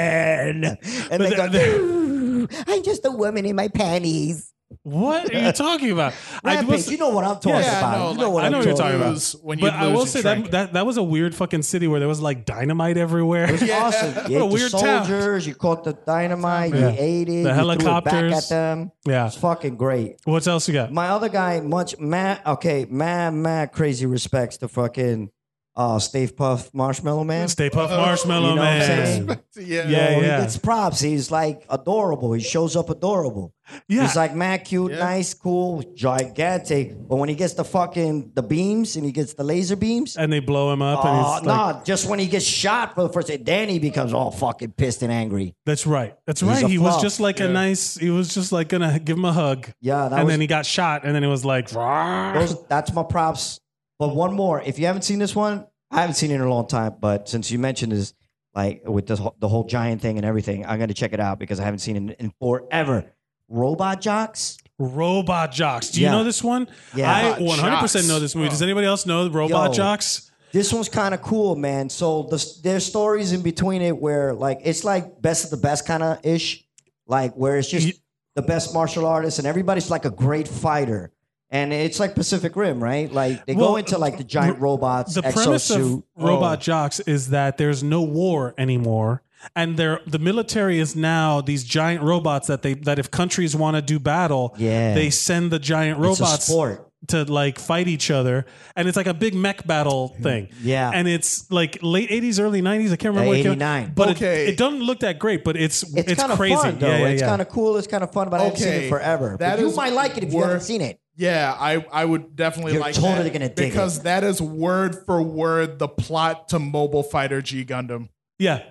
G: men. And they
A: the-
G: go, "Ooh, I'm just a woman in my panties.
A: What are you talking about? I
G: Rampage,
A: was,
G: you know what I'm talking
E: Yeah,
G: about.
E: no,
G: you know
E: like,
G: what
A: I
G: I'm
A: know what you're
G: talking
A: talking about.
E: lose when you
A: but I
E: lose
A: will
E: and
A: say
E: shrink
A: that,
E: it.
A: that that was a weird fucking city where there was like dynamite everywhere.
G: It was awesome. You
A: What a
G: ate
A: weird
G: the
A: town.
G: soldiers. You caught the dynamite.
A: Yeah.
G: You ate it.
A: The
G: you Threw it back
A: helicopters.
G: at them.
A: Yeah.
G: It's fucking great.
A: What else you got?
G: My other guy, much mad. Okay, mad, mad, crazy respects to fucking uh, Stave Puff Marshmallow Man.
A: Stay Puff Marshmallow
G: you know what I'm
A: Man.
G: saying?
E: yeah.
A: Yeah,
G: Yo, he
A: yeah.
G: gets props. He's like adorable. He shows up adorable.
A: Yeah.
G: He's like mad, cute, nice, cool, gigantic. But when he gets the fucking the beams and he gets the laser beams,
A: and they blow him up, and
G: uh,
A: he's like,
G: nah, just when he gets shot for the first time, then he becomes all fucking pissed and angry.
A: "That's right, that's
G: He's
A: right."
G: a
A: He was
G: flop.
A: just like a nice. He was just like gonna give him a hug.
G: Yeah, that
A: and
G: was
A: then he got shot, and then it was like,
G: Those, that's my props. But one more. If you haven't seen this one, I haven't seen it in a long time. But since you mentioned this, like with this, whole- the whole giant thing and everything, I'm going to check it out because I haven't seen it in forever. Robot Jocks?
A: Robot Jocks. Do you
G: Yeah.
A: know this one?
G: Yeah.
A: I
E: Robot
A: 100 percent
E: Jocks.
A: know this movie. Does anybody else know Robot
G: Yo.
A: Jocks?
G: This one's kind of cool, man. So the, there's stories in between it where like it's like best of the best kind of ish, like where it's just
A: Ye-
G: the best martial artists and everybody's like a great fighter. And it's like Pacific Rim, right? Like they
A: Well,
G: go into like the giant robots,
A: The premise of
G: exosuit.
A: Robot Jocks is that there's no war anymore, and they're, the military is now these giant robots that they that if countries want to do battle,
G: Yeah.
A: they send the giant
G: It's a
A: robots
G: sport.
A: to like fight each other, and it's like a big mech battle thing.
G: Yeah.
A: and it's like late '80s, early '90s. I can't remember. what it came-
G: 89.
A: but it-
E: Okay.
A: it, doesn't look that great. But it's it's,
G: it's, kind of
A: crazy.
G: fun though.
A: Yeah, yeah,
G: it's
A: yeah.
G: kind of cool. It's kind of fun, but I haven't seen
E: Okay,
G: it forever.
E: that
G: But you
E: is
G: might like it if you haven't
E: worth-
G: seen it.
E: Yeah, I, I would definitely
G: You're
E: like
G: totally
E: that
G: gonna dig it.
E: because that is word for word the plot to Mobile Fighter G Gundam.
A: yeah.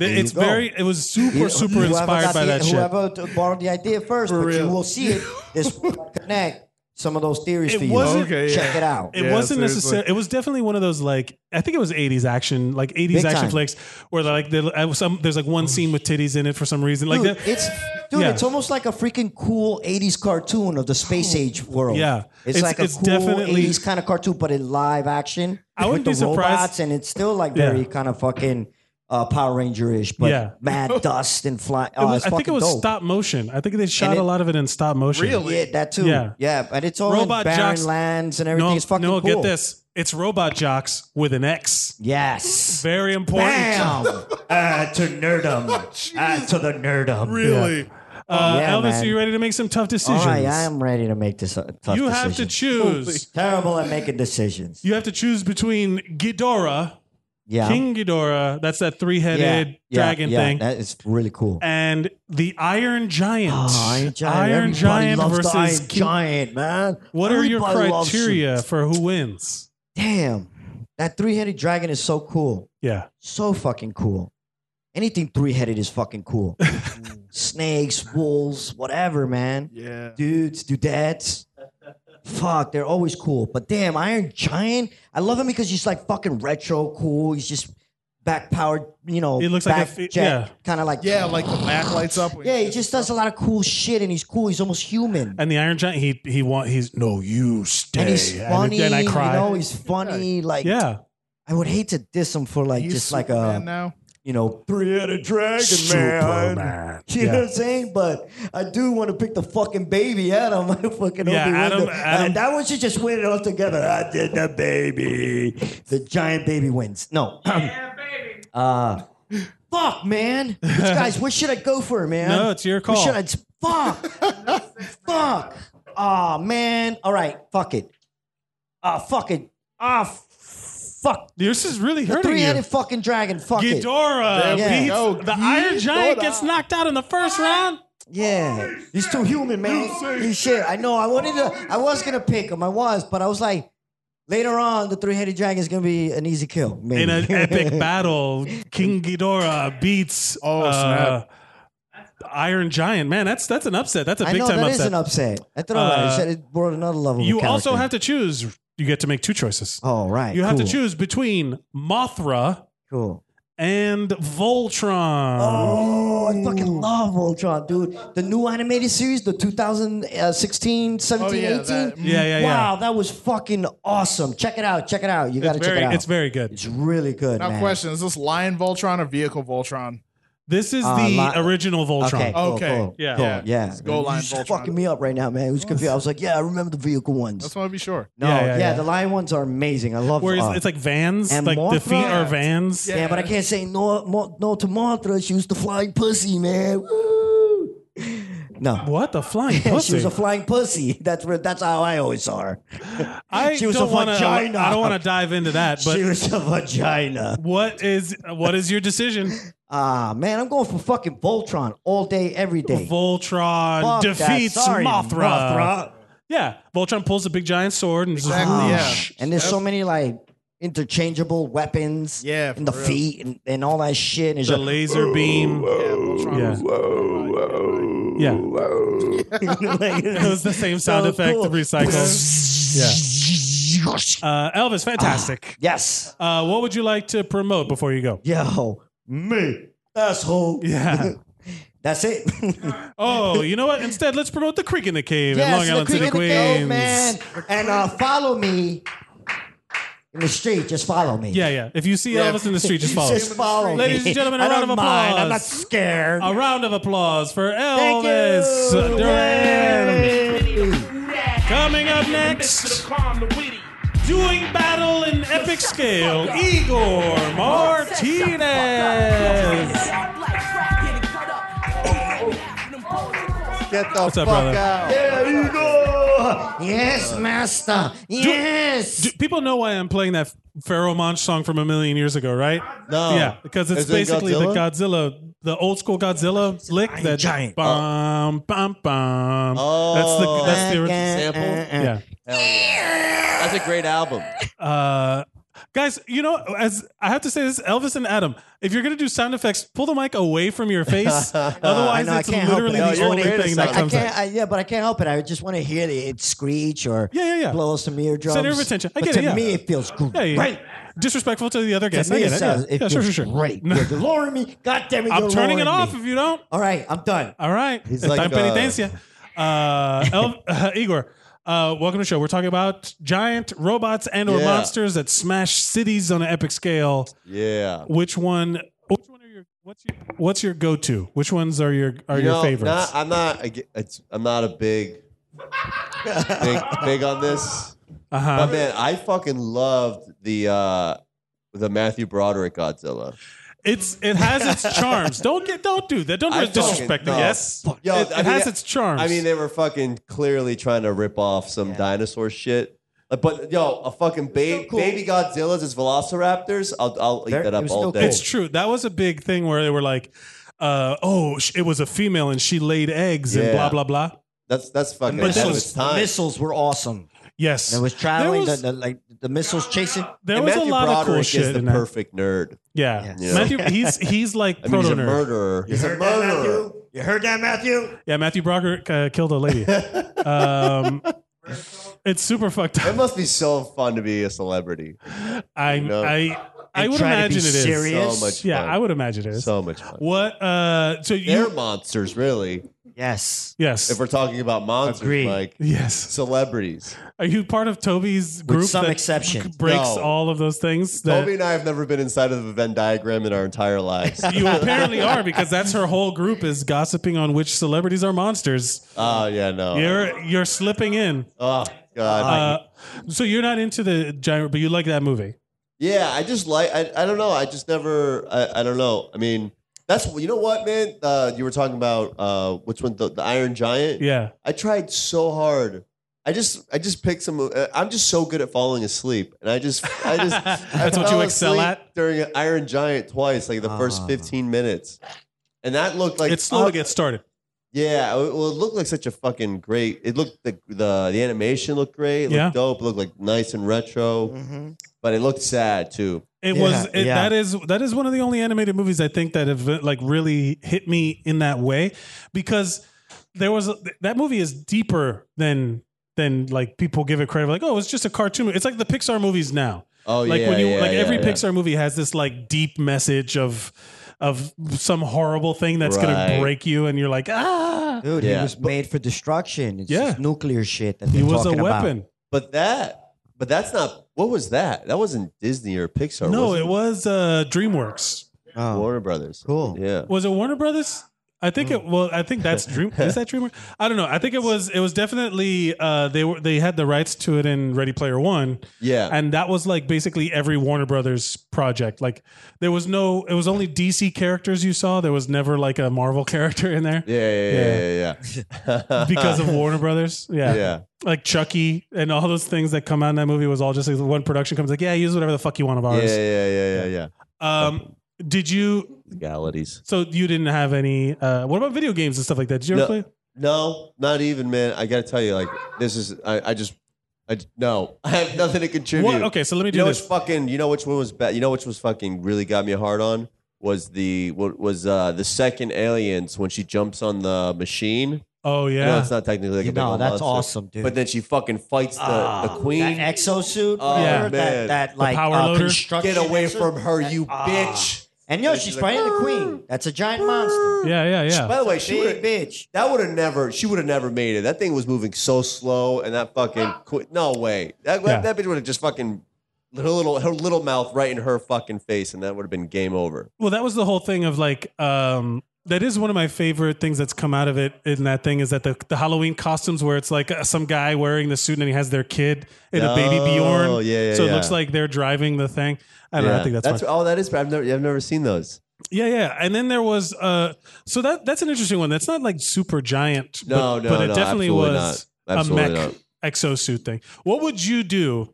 A: It's
G: go.
A: very. It was super
G: You-
A: super
G: whoever
A: inspired
G: got
A: by
G: the-
A: that shit.
G: Whoever t- borrowed the idea first, but you
E: real.
G: will see it. This will connect some of those theories
A: It
G: for you.
A: wasn't-
E: Okay, yeah.
G: Check it out.
A: It
E: Yeah,
A: wasn't
E: seriously.
A: necessarily. It was definitely one of those like I think it was '80s action, like '80s
G: Big
A: action
G: time.
A: flicks, where like there, I was some, there's like one scene with titties in it for some reason, like
G: dude,
A: that.
G: it's dude,
A: Yeah. Oh,
G: it's almost like a freaking cool '80s cartoon of the space age world.
A: Yeah.
G: it's,
A: It's-
G: like a
A: it's
G: cool
A: definitely-
G: '80s kind of cartoon, but in live action.
A: I wouldn't
G: with
A: be
G: the
A: surprised-
G: Robots, and it's still like
A: Yeah.
G: very kind of fucking uh, Power Ranger ish, but
A: Yeah.
G: mad dust and fly.
A: It
G: Oh,
A: was-
G: it's
A: I think it
G: fucking
A: was
G: dope.
A: stop motion. I think they shot
G: And
A: a
G: it-
A: lot of it in stop motion.
E: Really?
G: Yeah, that too.
A: Yeah.
G: Yeah, but it's all
A: Robot
G: in barren
A: jocks-
G: lands and everything.
A: no,
G: it's fucking
A: no,
G: cool.
A: get this. It's robot jocks with an X.
G: Yes.
A: Very important.
G: Bam! Add to nerdum. Add to the nerdum.
E: Really?
A: Uh,
G: Yeah,
A: Elvis,
G: man.
A: are you ready to make some tough
G: All
A: decisions?
G: right, I am ready to make this a tough
A: You
G: decision.
A: have to choose.
G: Terrible at making decisions.
A: You have to choose between Ghidorah,
G: Yeah.
A: King Ghidorah. That's that
G: yeah,
A: three-headed
G: yeah,
A: dragon
G: yeah,
A: thing.
G: That is really cool.
A: and the Iron Giant.
G: Oh, Iron Giant,
A: Iron
G: Everybody
A: Giant
G: loves
A: versus
G: the Iron
A: Ki-
G: Giant, man.
A: What are your
G: Everybody loves you.
A: criteria for who wins?
G: Damn, that three-headed dragon is so cool.
A: Yeah.
G: so fucking cool. Anything three headed is fucking cool. Snakes, wolves, whatever, man.
E: Yeah.
G: Dudes, dudettes. Fuck, they're always cool. But damn, Iron Giant, I love him because he's like fucking retro cool. He's just back powered, you know.
A: He looks like a
G: back
A: fe-
G: jet,
A: yeah.
G: kind of like
E: Yeah, like the back lights up. when
G: yeah.
E: you-
G: He just does a lot of cool shit, and he's cool. He's almost human.
A: And the Iron Giant, he he want he's no, you stay.
G: And he's funny,
A: then I
G: you
A: cry.
G: know. He's funny. Like,
A: yeah,
G: I would hate to diss him for like
E: He's
G: just like
E: Superman
G: a
E: now.
G: you know, three headed dragon man. You know what I'm saying? But I do want to pick the fucking baby Adam. I fucking
A: Yeah,
G: Obi-Wan.
A: Adam-
G: Uh,
A: Adam-
G: that one should just win it all together. I did the baby. The giant baby wins. No.
C: Yeah, baby.
G: Uh, fuck, man. Which, guys, where should I go for, man?
A: No, it's your
G: Where
A: call.
G: should I? Fuck. fuck. Aw, man. All right. Fuck it. Ah, fuck it. Ah, fuck.
A: This is really
G: The
A: hurting you.
G: three-headed fucking dragon. Fuck it.
A: Ghidorah
G: There we
A: beats
E: go.
A: the Iron Giant gets knocked out in the first round.
G: Yeah, he's too human, man. He's shit. I know. I wanted to. I was gonna pick him. I was, but I was like, later on, the three-headed dragon is gonna be an easy kill. Maybe.
A: In an epic battle, King Ghidorah beats
E: Oh,
A: uh,
E: snap.
A: Iron Giant. Man, that's that's an upset. That's a
G: I
A: big
G: know
A: time
G: that is
A: upset.
G: an upset. I thought about it.
A: Uh,
G: it. Said it brought another level.
A: you
G: of character.
A: also have to choose. You get to make two choices.
G: Oh right.
A: you have to
G: cool,
A: choose between Mothra
G: Cool.
A: and Voltron.
G: Oh, I fucking love Voltron, dude. The new animated series, the uh, 2016, 17,
E: yeah, that-
A: Oh,
G: 18.
A: Yeah, yeah, yeah.
G: Wow, that was fucking awesome. Check it out. Check it out. You got to
A: it's
G: check
A: very,
G: it out.
A: it's very good.
G: It's really good,
E: Now,
G: man.
E: question: Is this Lion Voltron or Vehicle Voltron?
A: This is
G: Uh,
A: the
G: li-
A: original Voltron.
G: Okay. Cool,
E: Okay.
G: Cool,
A: Yeah.
G: Cool.
E: Yeah.
G: Yeah.
E: It's Go Lion
G: you just
E: Voltron.
G: fucking me up right now, man. It was confused. I was like, yeah, I remember the vehicle
E: I
G: ones.
E: just want to be sure.
G: No,
A: Yeah,
G: yeah,
A: yeah, yeah.
G: the lion ones are amazing. I love.
A: Whereas
G: uh,
A: it's like vans,
G: and
A: like the
G: Mothra-
A: feet are vans.
G: yeah, but I can't say no, mo- no to Mothra. She was the flying pussy, man. Woo! No.
A: What the flying
G: Yeah,
A: pussy?
G: she was a flying pussy. That's where. That's how I always saw her.
A: I
G: she was
A: don't
G: a
A: wanna,
G: vagina.
A: I don't want to dive into that, but
G: she was a vagina.
A: what is what is your decision?
G: Ah, man, I'm going for fucking Voltron all day, every day.
A: Voltron
G: Fuck that.
A: defeats
G: Sorry,
A: Mothra.
G: Mothra.
A: Yeah, Voltron pulls a big giant sword and
E: Exactly,
A: just,
E: yeah.
G: And there's so many like interchangeable weapons.
E: Yeah, for
G: and the
E: real.
G: feet and, and all that shit. And it's
A: the
G: just-
A: laser beam.
E: Yeah, Voltron
A: Oh, Yeah.
E: was good.
A: Yeah,
G: like,
A: it was the same sound
G: so
A: effect
G: cool.
A: recycled. Yeah. Uh, Elvis, fantastic.
G: Yes.
A: Uh, what would you like to promote before you go?
G: Yo, me asshole.
A: Yeah.
G: That's it.
A: Oh, you know what? Instead, let's promote the Creek in the Cave in Long
G: the
A: Island City,
G: creek of the
A: Queens.
G: cave, man. And uh, follow me in the street. Just follow me.
A: Yeah, yeah. If you see Elvis in the street, just follow.
G: Just follow me.
A: Ladies and gentlemen, a
G: I
A: round
G: don't
A: of
G: mind.
A: applause. Uh,
G: I'm not scared.
A: A round of applause for
G: Thank you.
A: Elvis Duran. Coming up next, doing battle in epic scale, Igor Martinez.
E: Get the
A: What's up,
E: fuck
A: brother?
E: out.
G: Yes, master. Yes.
A: Do people know why I'm playing that Pharaoh Monch song from a million years ago, right?
H: No.
A: Yeah, because it's
H: Oh. Is it
A: basically the
H: Godzilla?
A: Godzilla, the old school Godzilla lick that
G: giant.
A: bum bum bum.
H: Oh.
A: that's the that's the
G: eh,
H: Sample?
A: yeah.
H: That's a great album.
A: Uh, guys, you know, as I have to say this, Elvis and Adam, if you're gonna do sound effects, pull the mic away from your face.
G: I
A: Otherwise,
G: know, I
A: it's
G: can't help
A: literally
G: it. Uh, Oh, No,
A: the
H: you're
A: only
H: weird.
A: thing
H: It's
A: that
H: like,
G: I
A: comes
G: can't.
A: out.
G: I, yeah, but I can't help it. I just want to hear the, it screech or
A: Yeah, yeah, yeah.
G: blow some eardrums.
A: Center of attention. I
G: But
A: get
G: to
A: it, yeah.
G: me, it feels great.
A: Yeah, yeah.
G: Right.
A: Disrespectful to the other
G: To
A: guests. I
G: me,
A: get
G: it
A: it. Yeah,
G: sounds it
A: yeah
G: feels
A: sure, sure, sure.
G: great. You're lowering me. God damn it,
A: I'm
G: you're
A: turning it
G: lowering
A: off
G: me.
A: if you don't.
G: All right, I'm done.
A: All right.
H: He's
A: It's
H: like,
A: time
H: uh,
A: penitencia. Uh, El- uh, Igor, uh, welcome to the show. We're talking about giant robots and or
H: Yeah.
A: monsters that smash cities on an epic scale.
H: Yeah.
A: Which one? Which one are your? What's your? What's your go-to? Which ones are your are
H: You
A: your
H: know,
A: favorites?
H: Not, I'm not. I get- It's, I'm not a big, big, big on this.
A: Uh-huh.
H: But man, I fucking loved the uh, the Matthew Broderick Godzilla.
A: It's it has its charms. Don't get don't do that. Don't
H: I
A: disrespect
H: fucking-
A: the
H: no.
A: guests.
H: Fuck. Yo,
A: it,
H: I
A: it
H: mean,
A: has its charms.
H: I mean, they were fucking clearly trying to rip off some dinosaur shit. Uh, But yo, a fucking ba- baby Godzilla's as Velociraptors. I'll, I'll eat
G: They're-
H: that
G: it
H: up
G: was
H: all
G: still
H: day.
A: It's true. That was a big thing where they were like, uh, "Oh, sh- it was a female and she laid eggs and
H: Yeah.
A: blah blah blah."
H: That's that's fucking
A: But
H: ahead of
A: this
H: its
A: was-
H: time.
G: Missiles were awesome.
A: Yes,
G: There was traveling,
A: There was-
G: the, the, like the missiles chasing.
A: There
H: And
A: was a
H: Matthew
A: lot of
H: Broderick
A: cool
H: is
A: shit
H: the
A: in that.
H: perfect nerd.
A: Yeah.
H: Yeah.
A: Matthew, he's he's like
H: I mean,
A: proto
H: he's a
A: nerd.
H: murderer. He's a murderer.
G: You heard that, Matthew?
A: Yeah, Matthew Broderick uh, killed a lady. um, it's super fucked
H: It
A: up.
H: must be so fun to be a celebrity.
A: I
H: know.
A: I I
G: And
A: would
G: try to be
A: imagine it is.
G: serious.
H: So much
A: Yeah,
H: fun.
A: I would imagine it is.
H: So much fun.
A: What? Uh, so
H: They're
A: you
H: monsters, really.
G: Yes.
A: Yes.
H: If we're talking about monsters,
G: Agreed.
H: like
A: yes.
H: celebrities,
A: Are you part of Toby's group?
G: With some
A: that
G: exception.
A: breaks
H: No.
A: all of those things. That
H: Toby and I have never been inside of a Venn diagram in our entire lives.
A: you apparently are because that's her whole group is gossiping on which celebrities are monsters.
H: oh yeah, no.
A: You're you're slipping in.
H: oh god.
A: Uh, so you're not into the genre, but you like that movie.
H: yeah, I just like. I, I don't know. I just never. I, I don't know. I mean, that's you know what, man. Uh, you were talking about uh, which one? The, the Iron Giant.
A: Yeah.
H: I tried so hard. I just I just picked some. uh, I'm just so good at falling asleep, and I just I just I
A: That's what
H: fell
A: you excel
H: asleep
A: at?
H: during an Iron Giant twice, like the first
G: Ah.
H: 15 minutes, and that looked like
A: it's slow
H: uh,
A: to get started.
H: Yeah, it- well, it looked like such a fucking great. It looked the the, the animation looked great. It
A: Yeah.
H: looked dope. It looked like nice and retro,
G: Mm-hmm.
H: but it looked sad too.
A: It
G: Yeah,
A: was it,
G: yeah.
A: that is that is one of the only animated movies I think that have like really hit me in that way because there was a, that movie is deeper than than like people give it credit. Like oh, it's just a cartoon. movie. It's like the Pixar movies now.
H: Oh
A: like
H: yeah,
A: when you
H: yeah,
A: like
H: yeah,
A: every
H: yeah.
A: Pixar movie has this like deep message of of some horrible thing that's
H: Right.
A: gonna break you, and you're like ah,
G: Dude,
H: Yeah.
G: he was made for destruction. It's
A: Yeah.
G: just nuclear shit that
A: he
G: they're
A: was a
G: talking about.
A: weapon.
H: But that, but that's not. What was that? That wasn't Disney or Pixar.
A: no,
H: was
A: it was uh, DreamWorks.
G: Oh.
H: Warner Brothers.
G: Cool.
H: Yeah.
A: Was it Warner Brothers? I think
H: Mm.
A: it. Well, I think that's Dream. is that DreamWorks? I don't know. I think it was. It was definitely. Uh, they were. They had the rights to it in Ready Player One,
H: Yeah.
A: and that was like basically every Warner Brothers project. Like there was no. It was only DC characters you saw. There was never like a Marvel character in there
H: yeah, yeah, yeah, yeah, yeah.
A: because of Warner Brothers. Yeah.
H: yeah.
A: like Chucky and all those things that come out in that movie was all just like one production comes like, yeah, use whatever the fuck you want of
H: Yeah,
A: ours.
H: yeah, yeah, yeah, yeah.
A: Um, did you?
H: Legalities.
A: So you didn't have any? Uh, what about video games and stuff like that? Did you ever
H: No.
A: play?
H: No, not even, man. I gotta tell you, like, this is. I, I just. I j- no. I have nothing to contribute.
A: What? Okay, so let me
H: You
A: do
H: know which
A: this.
H: fucking. You know which one was bad. You know which was fucking really got me hard on was the what was uh the second aliens when she jumps on the machine.
A: Oh
H: I know
A: yeah,
H: it's not technically like
G: No,
H: a big old
G: that's
H: monster,
G: awesome, dude.
H: But then she fucking fights the, the
A: Ah.
G: That
H: queen.
G: exosuit,
H: Oh,
A: Yeah.
G: yeah,
H: man.
G: that, that like
A: power
G: uh,
A: loader?
G: construction
H: Get away
G: exo-
H: from her, you
G: Ah.
H: bitch!
G: And yo,
H: And
G: she's
H: she's
G: fighting
H: like,
G: the queen. That's a giant monster.
A: yeah, yeah,
H: By
A: yeah.
H: the way, she
G: Big
H: would
G: bitch.
H: that would have never. She would have never made it. That thing was moving so slow, and that fucking
G: Ah.
H: queen. No way. That
A: Yeah.
H: that bitch would have just fucking her little her little mouth right in her fucking face, and that would have been game over.
A: Well, that was the whole thing of like. Um, that is one of my favorite things that's come out of it. In that thing is that the, the Halloween costumes where it's like uh, some guy wearing the suit and he has their kid and a baby
H: Oh,
A: Bjorn.
H: yeah, yeah,
A: so it
H: yeah.
A: looks like they're driving the thing. I don't know. I think that's, fine.
H: all that is. I've never I've never seen those.
A: Yeah, yeah. And then there was uh so that that's an interesting one. That's not like super giant.
H: No,
A: but,
H: no,
A: but it
H: no,
A: definitely
H: absolutely
A: was
H: not.
A: a mech
H: Absolutely not.
A: exosuit thing. What would you do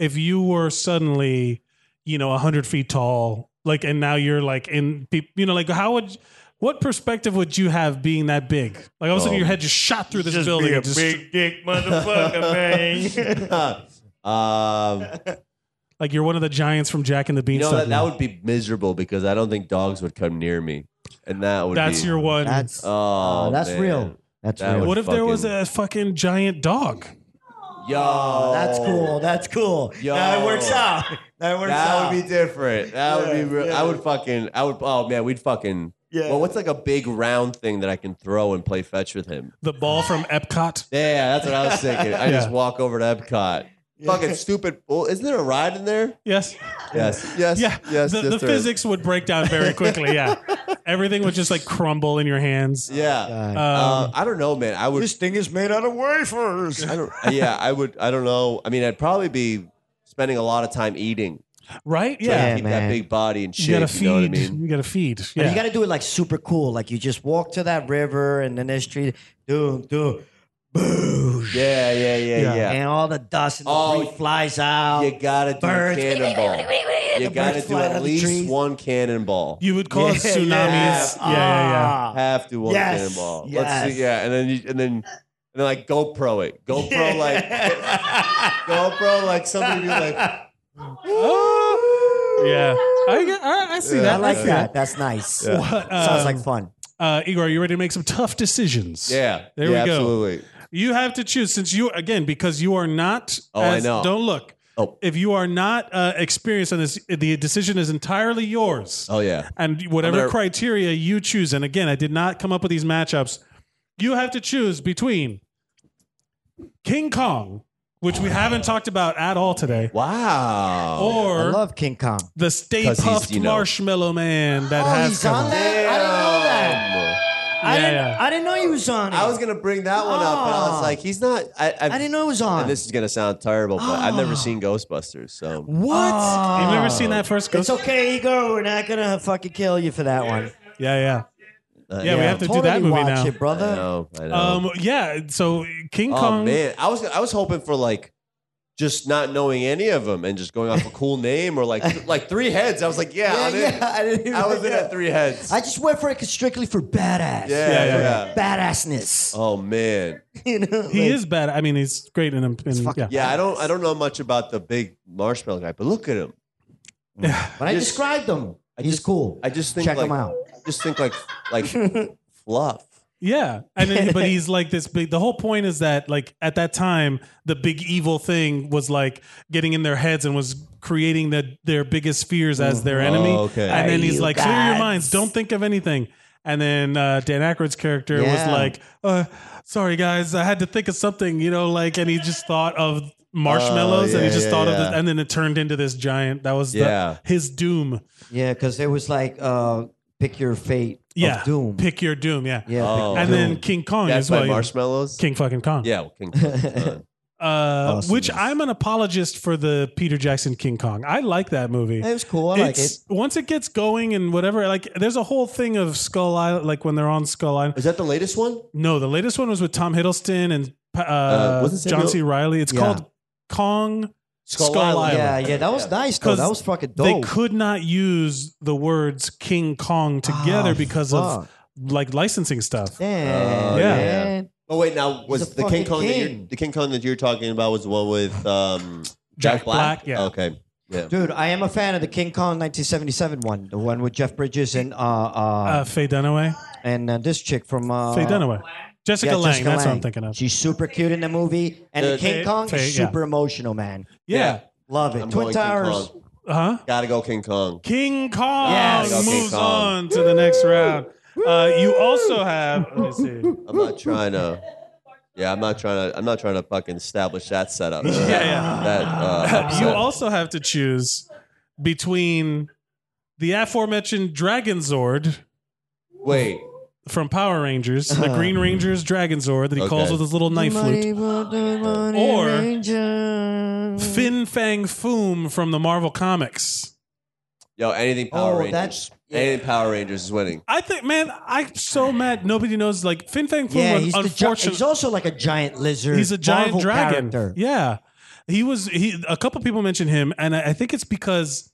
A: if you were suddenly, you know, hundred feet tall, like and now you're like in peop- you know, like how would what perspective would you have being that big? Like all of a sudden
H: Oh.
A: your head just shot through this building. and just-
F: dick
H: um,
A: like you're one of the giants from Jack and the
H: you know
A: Beanstalk.
H: that, that would be miserable because I don't think dogs would come near me, and that would
A: that's
H: be,
A: your one.
G: That's
H: Oh,
G: uh, that's
H: man.
G: real. That's
H: That
G: real.
H: would-
A: what if there was
H: fucking-
A: a fucking giant dog?
H: Yo,
G: Oh, that's cool. That's cool.
H: Yo.
G: Now it works out. Now it works
H: That
G: out.
H: would be different. That would be. Real. I would fucking. I would. Oh man, we'd fucking.
G: Yeah.
H: Well, what's like a big round thing that I can throw and play fetch with him?
A: The ball from Epcot.
H: Yeah, that's what I was thinking. I just walk over to Epcot. Fucking stupid. Well, isn't there a ride in there?
A: Yes.
H: Yes. Yes.
A: Yeah,
H: Yes.
A: the,
H: yes,
A: the
H: there is.
A: physics would break down very quickly. Yeah, everything would just like crumble in your hands.
H: Yeah.
G: God.
H: Uh,
A: Um,
H: I don't know, man. I would.
G: this thing is made out of wafers.
H: I don't, yeah, I would. I don't know. I mean, I'd probably be spending a lot of time eating.
A: right?
H: trying to
A: Yeah,
G: Yeah,
H: keep that
G: man.
H: big body and
A: you
H: shape.
A: gotta
H: You,
A: feed.
H: know what I mean?
A: You gotta feed.
G: But
A: Yeah,
G: you got to do it like super cool. Like you just walk to that river and then there's tree, dude, dude, boosh,
H: Yeah, yeah,
A: Yeah.
H: yeah, yeah.
G: and all the dust and the
H: Oh,
G: debris flies out.
H: You gotta do
G: Birds.
H: a cannonball. You
G: The
H: gotta
G: birds
H: do
G: fly out
H: at
G: of the
H: least
G: trees.
H: one cannonball.
A: you would call it
G: Yeah,
A: tsunamis.
G: yes.
A: Yeah, yeah,
G: Ah.
H: have to one
G: Yes,
H: cannonball. Let's
G: yes.
H: see. Yeah, and then you, and then and then like GoPro it. GoPro like GoPro like somebody be like Ah.
A: yeah. yeah. I, get- I, I see
H: Yeah.
A: that.
G: I like
A: see
G: that. That's nice.
A: What,
G: Sounds
A: um,
G: like fun.
A: uh, Igor, are you ready to make some tough decisions?
H: yeah.
A: There
H: yeah,
A: we go.
H: Absolutely.
A: You have to choose since you again because you are not.
H: Oh, I
A: as-
H: know.
A: Don't look.
H: Oh.
A: If you are not uh, experienced on this, the decision is entirely yours.
H: Oh yeah.
A: and whatever
H: I'm gonna-
A: criteria you choose. And again, I did not come up with these matchups. you have to choose between King Kong, which we haven't talked about at all today,
H: Wow.
G: I
A: or
G: love King Kong.
A: the Stay
H: 'Cause he's,
A: Puffed
H: you know-
A: Marshmallow Man that
G: Oh,
A: has
G: he's
A: come
G: on
A: out.
G: that? I didn't know that. I,
A: Yeah,
G: didn't,
A: yeah.
G: I didn't know he was on it.
H: I was gonna bring that one up, but I was
G: Oh.
H: like, he's not. I, I've,
G: I didn't know it was on.
H: And this is gonna sound terrible, but I've never
G: Oh.
H: seen Ghostbusters, so
G: what?
A: Oh. You've never seen that first
G: It's
A: Ghost?
G: okay, Igor. We're not gonna fucking kill you for that one.
A: Yeah, yeah.
H: uh,
A: Yeah, we have to do
G: totally
A: that movie
G: watch
A: now.
G: it,
H: I
G: brother.
H: know. I know.
A: Um, yeah. So King
H: oh
A: Kong.
H: man, I was I was hoping for like just not knowing any of them and just going off a cool name or like like three heads. I was like, yeah, I'm in.
G: I didn't even.
H: I was in at three heads.
G: I just went for it 'cause strictly for badass.
H: yeah,
A: Yeah,
H: yeah,
A: yeah,
G: Badassness.
H: Oh man,
G: you know,
A: He
G: like-
A: is bad. I mean, he's great in him. in- yeah.
H: yeah. I don't I don't know much about the big marshmallow guy, but look at him.
G: But I
H: just-
G: described him. He's
H: just-
G: cool.
H: I just think
G: Check
H: like,
G: him out.
H: Just think like like fluff.
A: Yeah, and then, but he's like this big. The whole point is that like at that time, the big evil thing was like getting in their heads and was creating the, their biggest fears as their enemy.
H: Oh, okay.
A: And then
G: Are
A: he's
G: you
A: like, clear your
G: gods?"
A: minds, don't think of anything. And then uh, Dan Aykroyd's character was
G: Yeah.
A: like, uh, sorry guys, I had to think of something, you know, like, and he just thought of marshmallows
H: Oh,
A: and he
H: yeah,
A: just
H: yeah,
A: thought of
H: yeah.
A: this, and then it turned into this giant. That was the,
H: Yeah.
A: his doom.
G: Yeah, because it was like uh, pick your fate
A: Yeah,
G: of doom.
A: pick your doom. Yeah,
G: yeah,
H: Oh.
G: pick
A: and
G: your
A: then
G: doom.
A: King Kong
H: That's
A: as well.
H: by
A: you know.
H: marshmallows.
A: King fucking Kong.
H: Yeah, well, King Kong. Uh,
A: uh,
G: Awesome.
A: which I'm an apologist for the Peter Jackson King Kong. I like that movie.
G: it was cool. I like it.
A: It's- Once it gets going and whatever, like there's a whole thing of Skull Island, like when they're on Skull Island.
H: is that the latest one?
A: No, the latest one was with Tom Hiddleston and uh,
H: wasn't Samuel-
A: John C. Riley. It's
G: Yeah.
A: called Kong Skull, Island.
G: Yeah, yeah, that was nice though.
A: 'Cause
G: That was fucking
A: They
G: dope.
A: could not use the words King Kong together
G: Ah,
A: because
G: fuck.
A: of like licensing stuff.
G: Damn,
H: Oh,
A: yeah.
G: man.
H: Oh wait, now
G: He's
H: was
G: a
H: the
G: fucking
H: King Kong That you're,
G: king.
H: the King Kong that you're talking about was the one with um,
A: Jack Black, yeah.
H: Okay. Yeah.
G: dude, I am a fan of the King Kong 1977 one, the one with Jeff Bridges and uh, uh,
A: Uh, Faye Dunaway.
G: and uh, this chick from uh,
A: Faye Dunaway. Jessica
G: yeah,
A: Lange.
G: Jessica
A: that's what I'm
G: Lange.
A: thinking of.
G: She's super cute in the movie, and
H: Uh,
G: the King
A: Faye-
G: Kong
A: Faye,
G: is
A: yeah.
G: super emotional, man.
A: yeah. Uh-huh.
G: Love it.
H: I'm
G: Twin
H: going King
G: Towers.
H: Kong.
A: Huh?
H: Gotta go King Kong.
A: King Kong
G: Yes.
H: Okay,
A: moves
H: Kong.
A: on to the next round. Uh, you also have. Let me see.
H: I'm not trying to. Yeah, I'm not trying to. I'm not trying to fucking establish that setup. yeah,
A: yeah.
H: That, uh,
A: You
H: upset.
A: also have to choose between the aforementioned Dragon Zord
H: wait.
A: from Power Rangers, the
G: Uh-huh.
A: Green Ranger's Dragon Zord that he calls
H: Okay.
A: with his little knife flute, Or-
G: or
A: Fin Fang Foom from the Marvel Comics.
H: Yo, anything Power
G: Oh,
H: Rangers.
G: that's-
H: Anything Power Rangers is winning.
A: I think, man, I'm so mad nobody knows. Like Fin Fang Foom
G: Yeah,
A: was
G: he's, the gi-
A: unfortunately
G: he's also like a giant lizard.
A: He's a giant
G: Marvel
A: dragon.
G: character.
A: Yeah, he was. He a couple people mentioned him, and I, I think it's because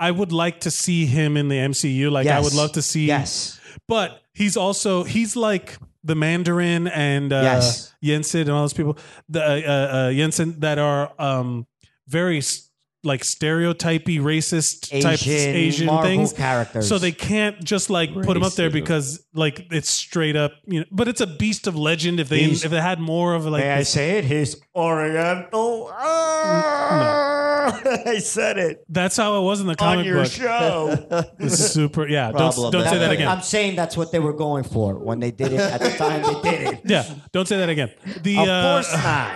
A: I would like to see him in the MCU. Like I
G: Yes.
A: would love to see.
G: Yes.
A: but he's also he's like the Mandarin and uh,
G: Yes.
A: Jensen and all those people. The uh, uh, uh, Jensen that are um very s- like stereotypy racist
G: Asian,
A: type Asian
G: Marvel
A: things.
G: characters.
A: So they can't just like put him up there because like it's straight up, you know. But it's a beast of legend. If they
G: Beast.
A: if they had more of like
G: May I
A: this-
G: say it? He's Oriental. Ah, I said it
A: That's how it was in the
G: on
A: comic
G: your
A: book.
G: show.
A: It's super. Yeah. Don't
H: Problem.
A: don't say
H: That's
A: that
H: it.
A: again.
G: I'm saying that's what they were going for when they did it. At the time they did it.
A: Yeah. Don't say that again. The
G: Of
A: uh,
G: course not.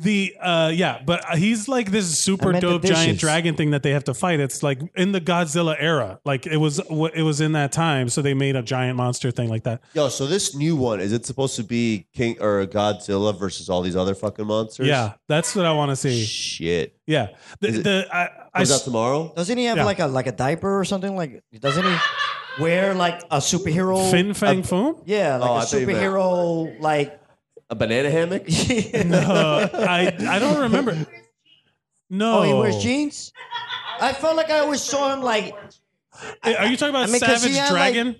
A: the uh yeah, but he's like this super
G: I meant the
A: dope giant
G: dishes.
A: dragon thing that they have to fight. It's like in the Godzilla era. Like it was it was in that time, so they made a giant monster thing like that.
H: Yo, so this new one is it supposed to be King or Godzilla versus all these other fucking monsters?
A: Yeah. That's what I want to see.
H: Shit.
A: Yeah. The,
H: Is it-
A: the I, I
H: Comes out
A: s-
H: tomorrow.
G: Doesn't he have
A: Yeah.
G: like a like a diaper or something? Like doesn't he wear like a superhero?
A: Fin Fang Foom?
G: yeah, like
H: Oh,
G: a
H: I thought you meant-
G: superhero. Like
H: A banana hammock.
A: Uh, I I don't remember. No.
G: oh, he wears jeans. I felt like I always saw him like.
A: Are you talking about
G: I mean, 'cause he
A: Savage
G: had, like-
A: Dragon?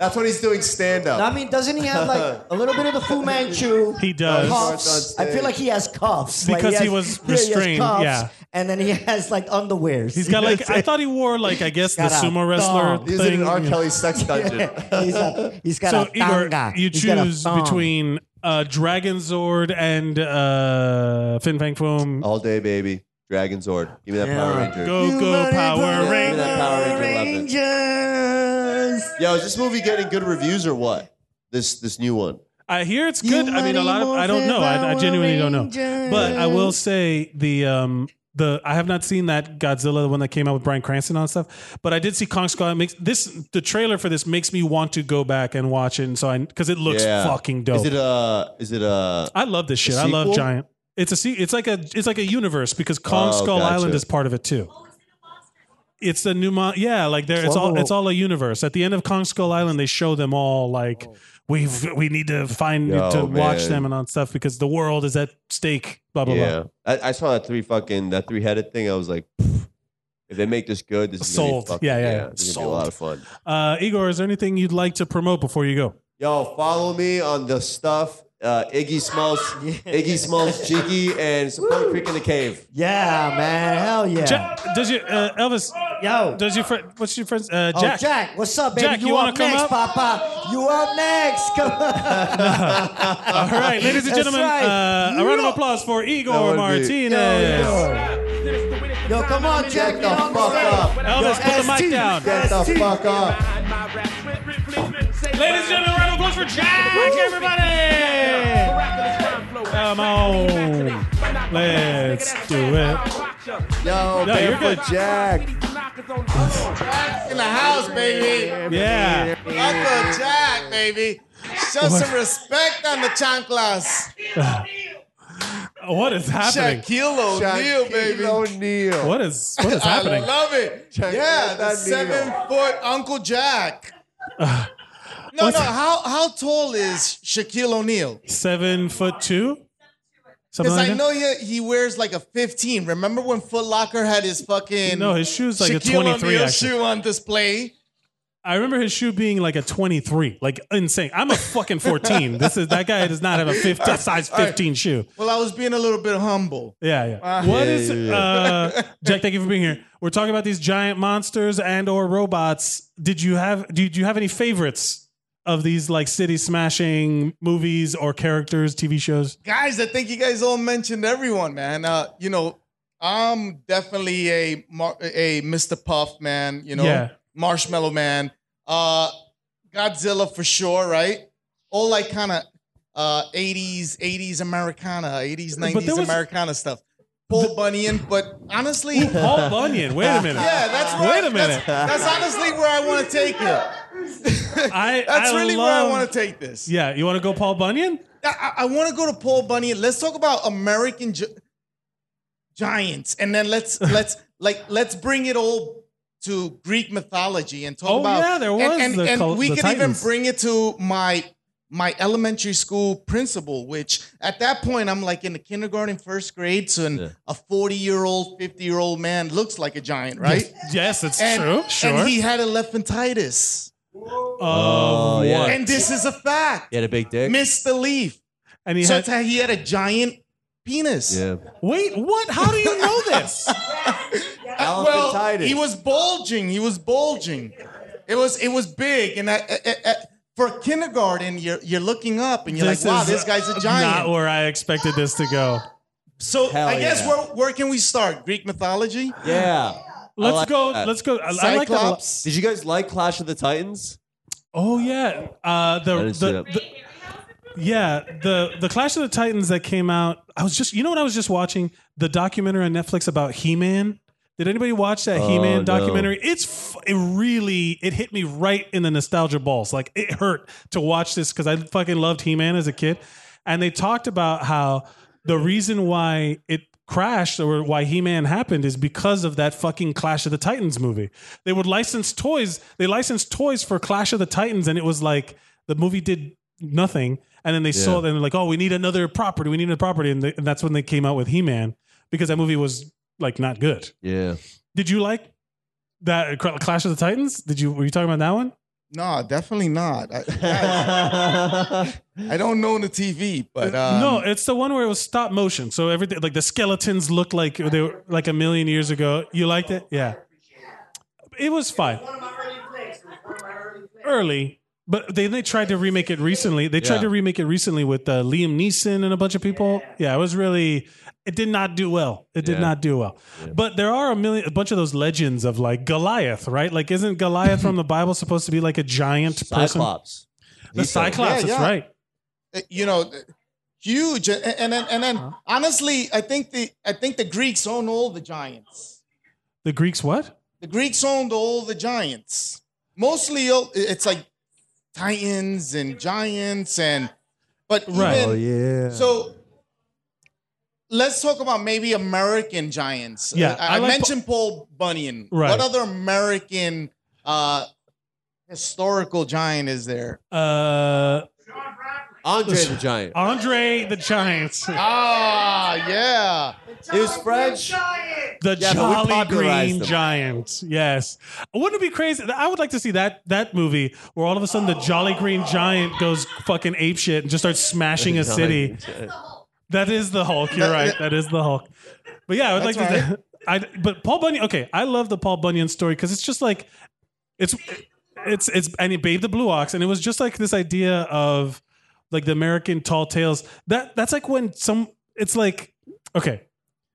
H: That's when he's doing stand up.
G: I mean, doesn't he have like a little bit of the Fu Manchu?
A: He does.
G: Cuffs. I feel like he has cuffs Like,
A: Because he
G: has-
A: was
G: yeah, he has
A: restrained,
G: cuffs,
A: yeah.
G: and then he has like underwears.
A: He's got like I thought he wore like I guess the
G: He's got a
A: sumo wrestler
G: thong.
H: He's
A: thing.
H: in an R. Kelly sex dungeon.
G: he's, a, he's got
A: so
G: a
A: Igor,
G: tanga.
A: you
G: He's got a
A: choose
G: thong.
A: between uh, Dragon Zord and uh, Fin Fang Foom.
G: Oh.
H: All day, baby. Dragon Zord. Give me that
G: Yeah.
H: Power Ranger.
A: Go go Power Ranger.
H: Power Ranger
G: Rangers.
H: Yo, is this movie getting good reviews or what? This this new one.
A: I hear it's good. I mean, a lot. Of, I don't know. I, I genuinely don't know. But I will say the um the I have not seen that Godzilla, the one that came out with Brian Cranston on stuff. But I did see Kong Skull. Island. It makes this the trailer for this makes me want to go back and watch it. And so I because it looks
H: Yeah.
A: fucking dope.
H: Is it a? Is it uh, a?
A: I love this shit. I love
H: sequel?
A: Giant. It's a se- it's like a it's like a universe because Kong
H: Oh,
A: Skull
H: gotcha.
A: Island is part of it too. It's the new mon- yeah, like there it's all it's all a universe. At the end of Kong Skull Island, they show them all like we've we need to find
H: Yo,
A: to watch
H: man.
A: them and on stuff because the world is at stake. Blah blah blah.
H: yeah, I, I saw that three fucking that three headed thing. I was like, "Pff, if they make this good, this is
A: Sold.
H: Gonna be fucking,
A: Yeah, yeah, yeah.
H: it's gonna be
A: Sold.
H: a lot of fun.
A: Uh, Igor, is there anything you'd like to promote before you go?
H: Yo, follow me on the stuff. Uh, Iggy Smalls, Iggy Smalls, Jiggy, and Support Creek in the Cave.
G: Yeah, man. Hell yeah.
A: Ja- does your uh, Elvis?
G: Yo.
A: Does your friend? What's your friend's? Uh,
G: Oh,
A: Jack.
G: Jack. what's up, baby?
A: Jack,
G: you,
A: you wanna
G: up
A: come
G: next,
A: up?
G: Papa? You up next? Come on.
A: All right, ladies and
G: That's
A: gentlemen,
G: right.
A: uh, a round of
G: Yo.
A: applause for
H: That would
A: Igor
H: be-
A: Martinez.
G: Yo, come on, Jack. you
H: Get the
G: don't
H: fuck
G: understand.
H: up.
A: Elvis, put the mic
G: ST.
A: down.
H: Get the fuck up.
A: Ladies and gentlemen, a round of applause for Jack, everybody! Come on. Let's do it.
H: Yo,
A: No, you're
H: Barefoot
A: good.
H: Jack.
I: In the house, baby.
A: Yeah.
I: Uncle Jack, baby. Show some respect on the chanclas.
A: What is happening?
I: Shaquille O'Neal, baby.
H: O'Neal.
A: What is what is
I: I
A: happening?
I: love it. yeah, the
H: O'Neal.
I: seven foot Uncle Jack. No, no. How how tall is Shaquille O'Neal?
A: Seven foot two? Something
I: Because
A: like
I: I
A: that?
I: know he, he wears like a 15. Remember when Foot Locker had his fucking
A: No, his shoe's like a
I: Shaquille
A: 23,
I: O'Neal
A: actually.
I: shoe on display?
A: I remember his shoe being like a 23, like insane. I'm a fucking 14. this is that guy does not have a 15, size 15 shoe.
I: Well, I was being a little bit humble.
A: Yeah, yeah. What is
H: yeah,
A: uh, Jack? Thank you for being here. We're talking about these giant monsters and or robots. Did you have? Did you have any favorites of these like city smashing movies or characters, TV shows?
I: guys, I think you guys all mentioned everyone, man. Uh, you know, I'm definitely a Mar- a Mr. Puff man. You know,
A: Yeah.
I: Marshmallow man. Uh, Godzilla for sure, right? All like kind of uh, 80s, 80s Americana, 80s,
A: But there
I: 90s
A: was-
I: Americana stuff. Paul Bunyan, but honestly, yeah,
A: Paul Bunyan. Wait a minute.
I: that's right.
A: Wait a minute.
I: That's, that's honestly where I want to take it.
A: I-
I: that's
A: I
I: really
A: love-
I: where I want to take this.
A: yeah, you want to go Paul Bunyan?
I: I, I want to go to Paul Bunyan. Let's talk about American gi- giants, and then let's let's like let's bring it all to Greek mythology and talk
A: Oh,
I: about.
A: yeah, there
I: and-
A: was
I: and,
A: the
I: and
A: col-
I: we
A: the
I: can even
A: Titans.
I: bring it to my my elementary school principal, which at that point I'm like in the kindergarten, first grade, so an, a forty year old, fifty year old man looks like a giant, right?
A: Yes, it's
I: And,
A: true. Sure.
I: And he had elephantitis,
A: oh,
H: yeah.
A: what?
I: and this is a fact.
H: You had a big dick.
I: Missed the leaf.
A: And he
I: So
A: had,
I: it's how he had a giant penis.
H: yeah.
A: wait, what? How do you know this?
I: Well,
H: Elephantitis.
I: he was bulging. He was bulging. It was it was big, and I, I, I, I- for kindergarten, you're you're looking up and you're like, wow,
A: is
I: this guy's a
A: Not
I: giant.
A: where I expected this to go.
I: so
H: Hell
I: I guess
H: yeah.
I: "Oh, where where can we start? Greek mythology.
H: Yeah.
A: Let's
H: like
A: go.
H: that.
A: Let's go. I, I like that. a lot.
I: Cyclops.
H: Did you guys like Clash of the Titans?
A: Oh yeah, uh,
H: I
A: the,
H: didn't see
A: the,
H: that.
A: the yeah the the Clash of the Titans that came out. I was just you know what I was just watching the documentary on Netflix about He Man. Did anybody watch that
H: Oh,
A: He Man
H: no.
A: documentary? It's f- it really it hit me right in the nostalgia balls. Like it hurt to watch this because I fucking loved He Man as a kid, and they talked about how the reason why it crashed or why He-Man happened is because of that fucking Clash of the Titans movie. They would license toys. They licensed toys for Clash of the Titans, and it was like the movie did nothing. And then they saw them like, oh, we need another property. We need a property, and, they, and that's when they came out with He-Man because that movie was like not good.
H: Yeah.
A: Did you like that Cl- Clash of the Titans? Did you were you talking about that one?
I: No, definitely not. I, guys, I don't know the TV, but um,
A: Uh, no, it's the one where it was stop motion. So everything like the skeletons looked like they were like a million years ago. You liked it? Yeah. It was fine. Early, but they, they tried to remake it recently. They tried
H: Yeah.
A: to remake it recently with uh, Liam Neeson and a bunch of people. Yeah. it was really it did not do well. It did
H: Yeah.
A: not do well. But there are a million a bunch of those legends of like Goliath, right? Like isn't Goliath from the Bible supposed to be like a giant person?
H: Cyclops.
A: The Cyclops,
I: Yeah,
A: that's
I: yeah.
A: right.
I: uh, you know, uh, huge. And, and then, and then,
A: Uh-huh.
I: honestly, I think the I think the Greeks own all the giants.
A: The Greeks what?
I: The Greeks owned all the giants. Mostly, oh, it's like titans and giants and, but
A: Right.
I: even,
A: Oh,
G: yeah.
I: so let's talk about maybe American giants.
A: Yeah,
I: I,
A: I
I: I
A: like-
I: mentioned Paul Bunyan.
A: Right.
I: What other American uh, historical giant is there?
A: Uh,
H: Andre the Giant.
A: Andre the Giant,
I: Ah, yeah.
H: He was French.
A: the
H: Yeah, but we
A: Jolly
H: popularized
A: Green
H: them.
A: Giant. Yes, wouldn't it be crazy? I would like to see that that movie where all of a sudden the Jolly Green Giant goes fucking ape shit and just starts smashing a city. That is the Hulk. You're right. That is the Hulk. But yeah, I would
I: That's
A: like to. I but Paul Bunyan. Okay, I love the Paul Bunyan story because it's just like it's it's it's and he Babe the Blue Ox, and it was just like this idea of like the American tall tales. That that's like when some. It's like okay.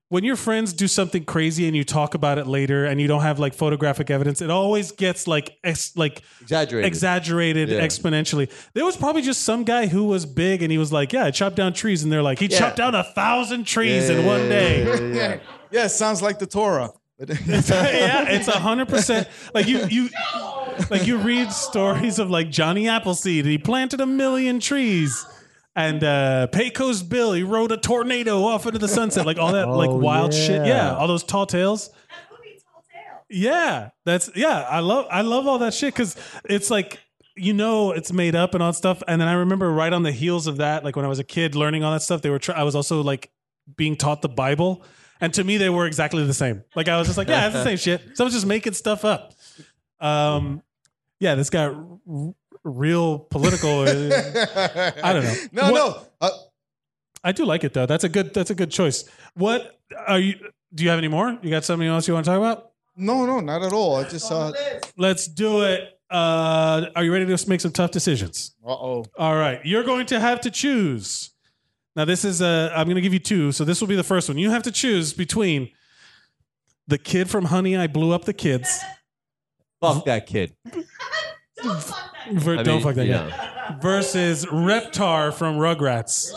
A: When your friends do something crazy and you talk about it later and you don't have like photographic evidence, it always gets like ex- like
H: Exaggerated.
A: exaggerated
H: Yeah.
A: exponentially. There was probably just some guy who was big and he was like, "Yeah, I chopped down trees," and they're like, "He
H: Yeah.
A: chopped down a thousand trees
H: Yeah,
A: in one
H: yeah,
A: day."
H: yeah, yeah, yeah.
I: Yeah, it sounds like the Torah.
A: yeah, it's a hundred percent. Like you, you, like you read stories of like Johnny Appleseed. He planted a million trees, and uh, Pecos Bill. He rode a tornado off into the sunset. Like all that, like
G: Oh,
A: wild shit. Yeah,
G: yeah.
A: all those tall tales. Yeah, that's yeah. I love I love all that shit because it's like you know it's made up and all that stuff. And then I remember right on the heels of that, like when I was a kid learning all that stuff, they were try- I was also like being taught the Bible, and to me they were exactly the same. Like I was just like, yeah, it's the same shit. Someone's just making stuff up. Um, yeah, this got r- r- real political. I don't know.
I: No,
A: What-
I: no. Uh,
A: I do like it though. That's a good that's a good choice. What are you? Do you have any more? You got something else you want to talk about?
I: no, no, not at all. I just saw. Uh
A: Let's do it. Uh, are you ready to make some tough decisions?
I: oh.
A: All right. You're going to have to choose. Now, this is, uh, I'm going to give you two. So, this will be the first one. You have to choose between the kid from Honey, I Blew Up the Kids.
H: Fuck that kid.
A: Ver-
H: I
A: don't
H: mean,
A: fuck that
H: yeah.
A: guy. Versus Reptar from Rugrats.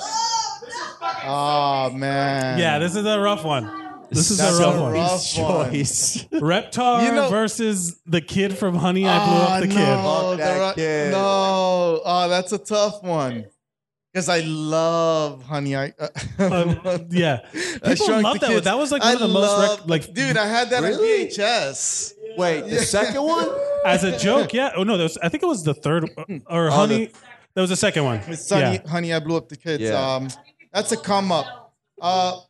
I: Oh man.
A: Yeah, this is a rough one. This is
I: That's
A: a rough
I: a
A: one.
I: rough one.
H: choice.
A: Reptar
I: You know- Ah,
A: versus the kid from Honey, I Blew Up the
I: no,
A: Kid.
H: Fuck that
I: the ro-
H: kid.
I: No, oh, that's a tough one. Because I love Honey. I, uh,
A: Um, yeah.
I: I
A: People
I: Shrunk
A: love
I: the
A: that. one.
I: Kids.
A: That was like one of the most, rec-
I: love-
A: like,
I: dude, I had that
H: Really?
I: on VHS.
H: Wait, the second one?
A: as a joke. Yeah. Oh no, that was, I think it was the third uh, or honey. that was the second one.
I: Oh, It's Honey,
A: Yeah.
I: Honey, I blew up the kids.
H: Yeah.
I: Um, that's a come up. Uh,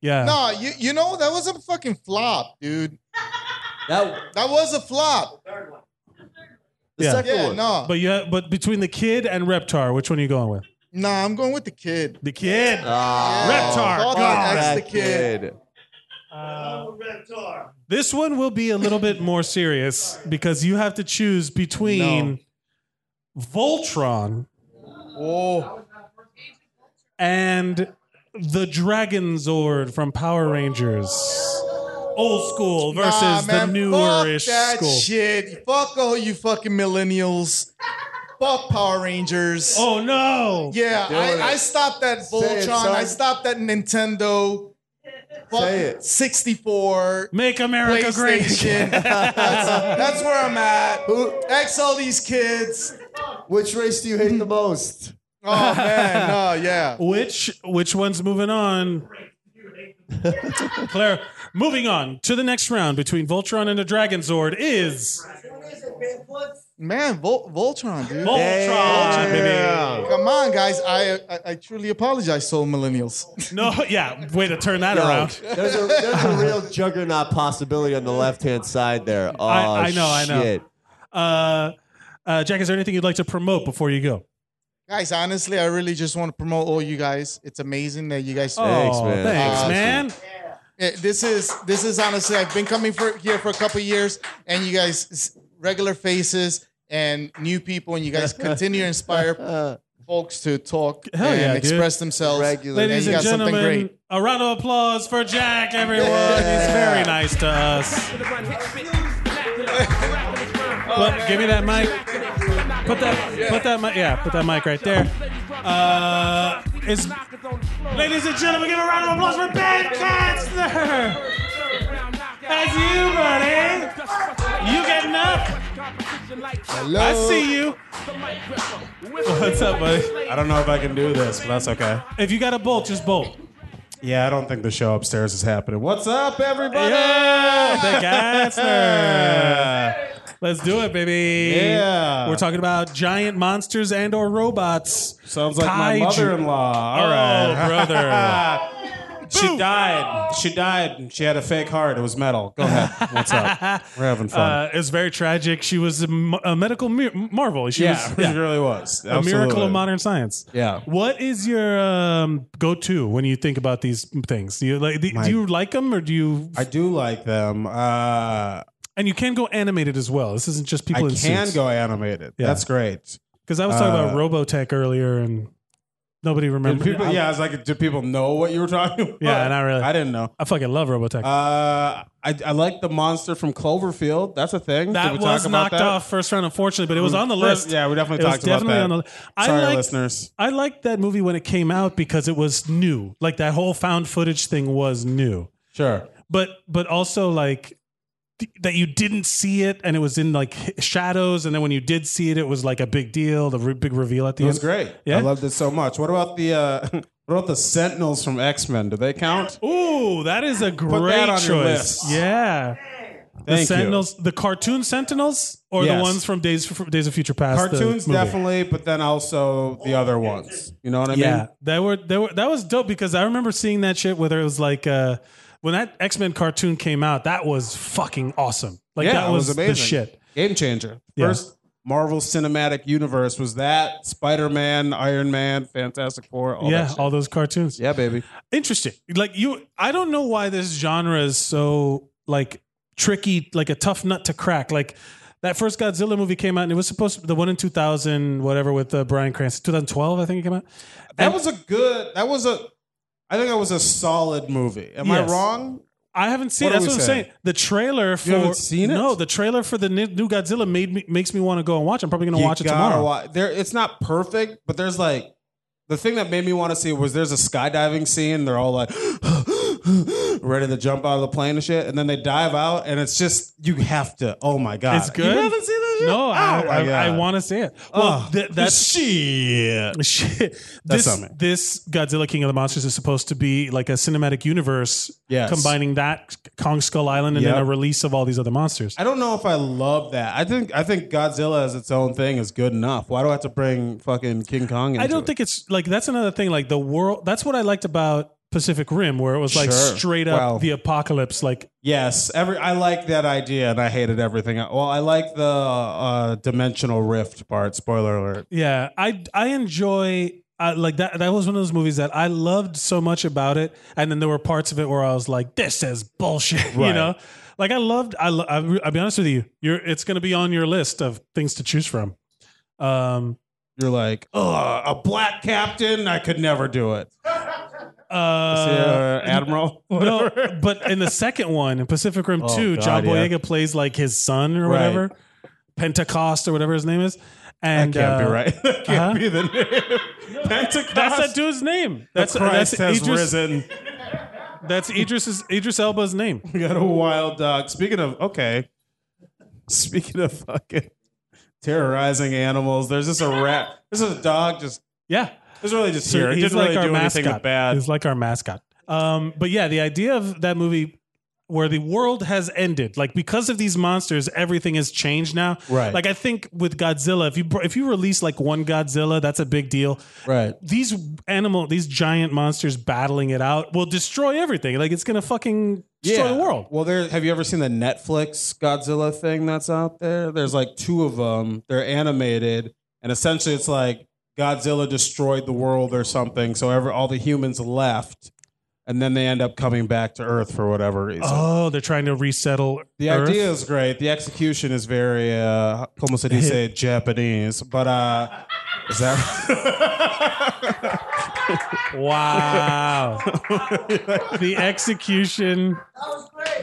A: Yeah.
I: no, you you know that was a fucking flop, dude.
H: That
I: That was a flop.
H: the
A: Yeah.
H: second
I: Yeah,
H: one.
I: no,
A: But yeah, but between the kid and Reptar, which one are you going with?
I: nah, I'm going with the kid.
A: The kid.
I: Uh,
H: Ah,
A: Reptar,
I: Fuck
A: God.
I: X
H: that
I: the kid.
A: this one will be a little bit more serious because you have to choose between Voltron
I: Oh,
A: and the Dragon Zord from Power Rangers. Old school versus
I: nah,
A: the
I: man,
A: newerish
I: fuck that
A: school.
I: shit. Fuck all you fucking millennials. Fuck Power Rangers.
A: Oh no.
I: Yeah,
H: it.
I: I, I stopped that
H: Say it,
I: Voltron.
H: son.
I: I stopped that Nintendo.
H: Say
I: Fuck
H: it.
I: 64.
A: Make America great.
I: PlayStation. that's, that's where I'm at.
H: Who-
I: X all these kids.
H: Which race do you hate the most?
I: Oh man, no, yeah.
A: Which which one's moving on? Claire, moving on to the next round between Voltron and the Dragon Zord is
I: Man, Vol- Voltron, dude.
A: Voltron, baby.
I: Come on, guys. I, I I truly apologize, so millennials.
A: No, yeah, way to turn that
H: No,
A: around.
H: There's a, there's a real juggernaut possibility on the left hand side there. Oh,
A: I- I know, I know.
H: Shit.
A: Uh, uh, Jack, is there anything you'd like to promote before you go?
I: guys, honestly, I really just want to promote all you guys. It's amazing that you guys.
H: Thanks,
A: oh,
H: man.
A: Thanks,
H: Awesome.
A: man.
I: Eh, This is this is honestly, I've been coming for here for a couple of years, and you guys s- regular faces and new people, and you guys continue to inspire folks to talk
A: Hell
I: and
A: yeah, dude.
I: express themselves.
H: Regular.
A: Ladies
I: you
A: and
I: got something
A: gentlemen,
I: great.
A: a round of applause for Jack, everyone. He's very nice to us. Well, give me that mic. Put that, put that, mi- yeah, put that mic right there. Uh, is, ladies and gentlemen, give a round of applause for Ben Katzner. That's you, buddy. You getting up?
D: Hello.
A: I see you.
E: What's up, buddy? I don't know if I can do this, but that's okay.
A: If you got a bolt, just bolt.
E: Yeah, I don't think the show upstairs is happening. What's up, everybody?
A: Yeah, the Gatsner. Let's do it, baby.
E: Yeah.
A: We're talking about giant monsters and or robots.
E: Sounds like my
A: Kaiju.
E: mother-in-law. All right,
A: Oh, brother.
E: she died. She died. and She had a fake heart. It was metal. Go ahead. What's up? We're having fun.
A: Uh, it was very tragic. She was a, m- a medical mi- marvel. She
E: yeah,
A: was
E: it really was
A: a miracle
E: Absolutely.
A: of modern science.
E: Yeah.
A: What is your um, go-to when you think about these things? Do you like? Do,
E: My-
A: do you like them, or do you?
E: I do like them. Uh,
A: and you can go animated as well. This isn't just people
E: I
A: in
E: can
A: suits.
E: go animated.
A: Yeah.
E: That's great.
A: Because I was talking about
E: Uh,
A: Robotech earlier, and nobody
E: Did
A: remembered.
E: people, yeah, I was like, do people know what you were talking about?
A: Yeah, not really.
E: I didn't know.
A: I fucking love Robotech.
E: Uh, I, I like the monster from Cloverfield. That's a thing. Did we
A: that
E: talk
A: was
E: about
A: knocked
E: that? Mm,
A: off first round, unfortunately, but it was on the
E: First-
A: list.
E: yeah, we definitely
A: it was
E: talked about
A: definitely
E: that.
A: on the list.
E: Sorry,
A: I liked,
E: listeners.
A: I liked that movie when it came out because it was new. Like that whole found footage thing was new,
E: Sure.
A: but but also like th- that you didn't see it and it was in like h- shadows, and then when you did see it, it was like a big deal, the re- big reveal at the
E: It
A: end.
E: was great.
A: Yeah?
E: I loved it so much. What about the uh, what about the Sentinels from X Men? Do they count?
A: Ooh, that is a great
E: that on
A: choice.
E: your list.
A: Yeah. The
E: Thank you.
A: Sentinels, the cartoon Sentinels, or the
E: Yes.
A: ones from Days from Days of Future Past. the
E: Cartoons
A: movie?
E: definitely, but then also the other ones. You know what I
A: yeah,
E: mean?
A: that were that were that was dope because I remember seeing that shit. Whether it was like uh, when that X Men cartoon came out, that was fucking awesome. Like
E: yeah,
A: that
E: it
A: was, the
E: amazing.
A: shit.
E: Game changer.
A: Yeah.
E: First Marvel Cinematic Universe was that Spider Man, Iron Man, Fantastic Four. All
A: yeah,
E: that shit.
A: all those cartoons.
E: yeah, baby.
A: Interesting. Like you, I don't know why this genre is so like tricky, like a tough nut to crack. Like that first Godzilla movie came out, and it was supposed to the one in two thousand, whatever, with uh, Brian Cranston, two thousand twelve, I think it came out.
E: That
A: And-
E: was a good. That was a. I think that was a solid movie. Am
A: Yes.
E: I wrong?
A: I haven't seen.
E: What are
A: that's
E: we
A: what I'm
E: saying?
A: saying. The trailer for
E: haven't seen it?
A: No, the trailer for the ni- new Godzilla made me makes me want to go and watch. I'm probably gonna
E: You
A: watch it
E: gotta
A: tomorrow.
E: wa- there, it's not perfect, but there's like the thing that made me want to see was there's a skydiving scene. They're all like ready to jump out of the plane and shit, and then they dive out, and it's just you have to. Oh my god,
A: It's good.
E: You haven't seen that shit?
A: No, I,
E: Oh my
A: I,
E: God.
A: want to see it. Well,
E: Oh,
A: th- that's
E: shit.
A: Shit.
E: That's
A: This,
E: something.
A: this Godzilla King of the Monsters is supposed to be like a cinematic universe
E: Yes.
A: combining that Kong Skull Island and then a
E: Yep.
A: release of all these other monsters.
E: I don't know if I love that. I think I think Godzilla as its own thing is good enough. Why do I have to bring fucking King Kong? Into
A: I don't
E: it?
A: think it's like that's another thing. Like the world, that's what I liked about Pacific Rim, where it was like
E: Sure.
A: straight up
E: Wow.
A: the apocalypse. Like,
E: Yes, every I like that idea, and I hated everything. Well, I like the uh, dimensional rift part. Spoiler alert.
A: yeah, I I enjoy. Uh, like that that was one of those movies that I loved so much about it and then there were parts of it where I was like this is bullshit you
E: Right.
A: know like I loved I, lo- I re- I'll be honest with you you're it's going to be on your list of things to choose from um
E: You're like, oh, a black captain. I could never do it.
A: uh
E: Uh, Admiral.
A: No, but in the second one, in Pacific Rim
E: Oh,
A: 2, John
E: God, yeah.
A: Boyega plays like his son or
E: Right.
A: whatever, Pentecost or whatever his name is. And
E: that can't
A: uh,
E: be right. That can't be the name. Pentecost.
A: That's that dude's name. That's
E: Christ
A: that's
E: has
A: Idris,
E: risen.
A: That's Idris's, Idris Elba's name.
E: We got a wild dog. Speaking of okay. Speaking of fucking terrorizing animals, there's just a rat. This is a dog just
A: Yeah,
E: It's really just
A: So
E: here. It
A: he's
E: didn't
A: like
E: really
A: our
E: do
A: mascot.
E: anything bad.
A: He's like our mascot. Um, but yeah, the idea of that movie where the world has ended, like because of these monsters, everything has changed now.
E: Right.
A: Like I think with Godzilla, if you br- if you release like one Godzilla, that's a big deal.
E: Right.
A: These animal, these giant monsters battling it out will destroy everything. Like it's gonna fucking destroy the world.
E: Well, there. Have you ever seen the Netflix Godzilla thing that's out there? There's like two of them. They're animated, and essentially it's like Godzilla destroyed the world or something. So every, all the humans left, and then they end up coming back to Earth for whatever reason.
A: Oh, they're trying to resettle.
E: the
A: Earth.
E: idea is great. The execution is very, uh, como se dice, Japanese. But uh, is that?
A: Wow. the execution.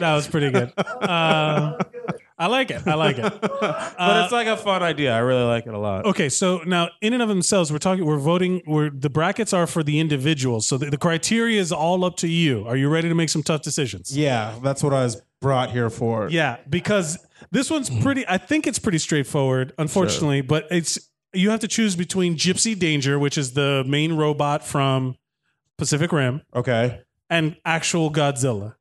A: That was pretty good. Uh, Um, I like it. I like it.
E: but
A: Uh,
E: it's like a fun idea. I really like it a lot.
A: Okay, so now in and of themselves, we're talking, we're voting, we're, the brackets are for the individuals. So the, the criteria is all up to you. Are you ready to make some tough decisions?
E: Yeah, that's what I was brought here for.
A: Yeah, because this one's pretty, I think it's pretty straightforward, unfortunately, but it's, you have to choose between Gypsy Danger, which is the main robot from Pacific Rim.
E: Okay.
A: And actual Godzilla.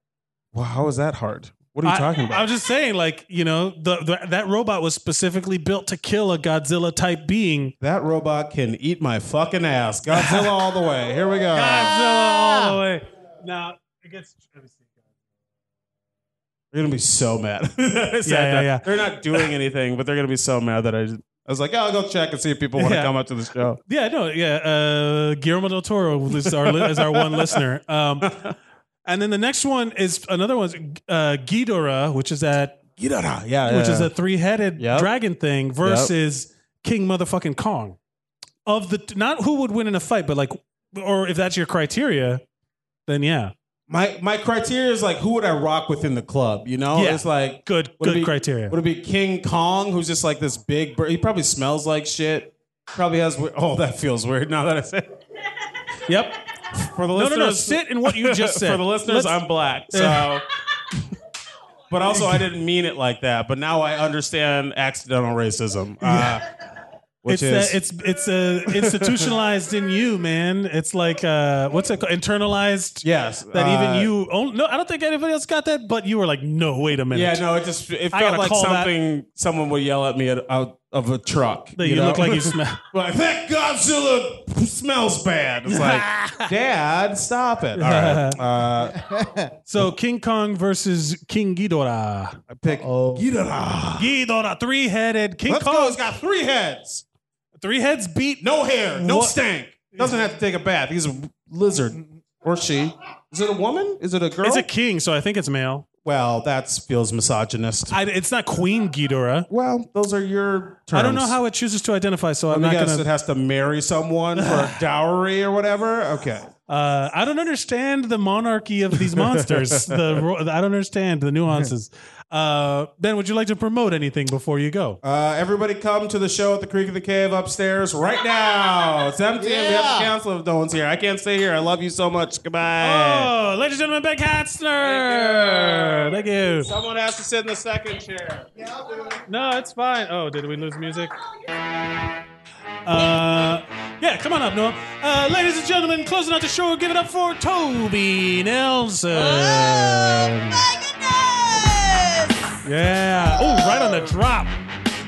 E: Wow, how is that hard? What are you
A: I-
E: talking about?
A: I was just saying, like you know, the, the that robot was specifically built to kill a Godzilla type being.
E: That robot can eat my fucking ass. Godzilla all the way. Here we go.
A: Godzilla all the way. Now it gets.
E: They're gonna be so mad. I said
A: yeah,
E: that.
A: yeah.
E: They're not doing anything, but they're gonna be so mad that I. Just, I was like, yeah, I'll go check and see if people want to
A: Yeah.
E: come up to the show.
A: Yeah, no, yeah. Uh, Guillermo del Toro is our li- is our one listener. Um, and then the next one is another one's uh, Ghidorah, which is that
E: Ghidorah, yeah,
A: which
E: yeah,
A: is
E: yeah.
A: a three headed
E: Uh, Yep.
A: dragon thing versus King motherfucking Kong. Of the not who would win in a fight, but like, or if that's your criteria, then yeah.
E: My my criteria is like, who would I rock with in the club? You know,
A: Yeah.
E: it's like
A: good
E: would it
A: good
E: be-
A: criteria.
E: Would it be King Kong, who's just like this big? Bird? He probably smells like shit. Probably has. we- Oh, that feels weird. Now that I say.
A: Yep.
E: For the
A: No, no,
E: listeners,
A: no, sit in what you just said.
E: for the listeners,
A: Let's-
E: I'm black, so. But also, I didn't mean it like that. But now I understand accidental racism, uh, which
A: it's
E: is
A: uh, it's it's uh, institutionalized in you, man. It's like uh, what's it called? internalized?
E: Yes,
A: that
E: uh,
A: even you. Own, no, I don't think anybody else got that, but you were like, no, wait a minute.
E: Yeah, no, it just it
A: I
E: felt
A: gotta
E: like
A: call that-
E: something someone would yell at me at, out of a truck.
A: That you
E: know?
A: look like you smell-
E: like that Godzilla smells bad. It's like, Dad, stop it. All right. Uh,
A: so King Kong versus King Ghidorah. I
E: pick
A: Ghidorah. Ghidorah, three-headed King
E: Let's
A: Kong.
E: go. It's got three heads.
A: Three heads beat.
E: No hair. No
A: What-
E: stank. Doesn't have to take a bath. He's a lizard or she. Is it a woman? Is it a girl?
A: It's a king, so I think it's male.
E: Well, that feels misogynist.
A: I, it's not Queen Ghidorah.
E: Well, those are your
A: I don't know
E: terms.
A: how it chooses to identify, so
E: Let
A: I'm
E: me
A: not
E: guess,
A: going
E: it has to marry someone for a dowry or whatever. Okay.
A: Uh, I don't understand the monarchy of these monsters. the ro- I don't understand the nuances. Uh, ben, would you like to promote anything before you go?
E: Uh, everybody come to the show at the Creek of the Cave upstairs right now. It's empty and we have to cancel if no one's here. I can't stay here. I love you so much. Goodbye.
A: Oh, ladies and gentlemen, Beck Hatzner. Thank you.
E: Someone has to sit in the second chair.
A: No, it's fine. Oh, did we lose music? Uh, yeah, come on up, Noel. Uh, ladies and gentlemen, closing out the show, give it up for Toby Nelson.
J: Oh,
A: Yeah. Oh, right on the drop.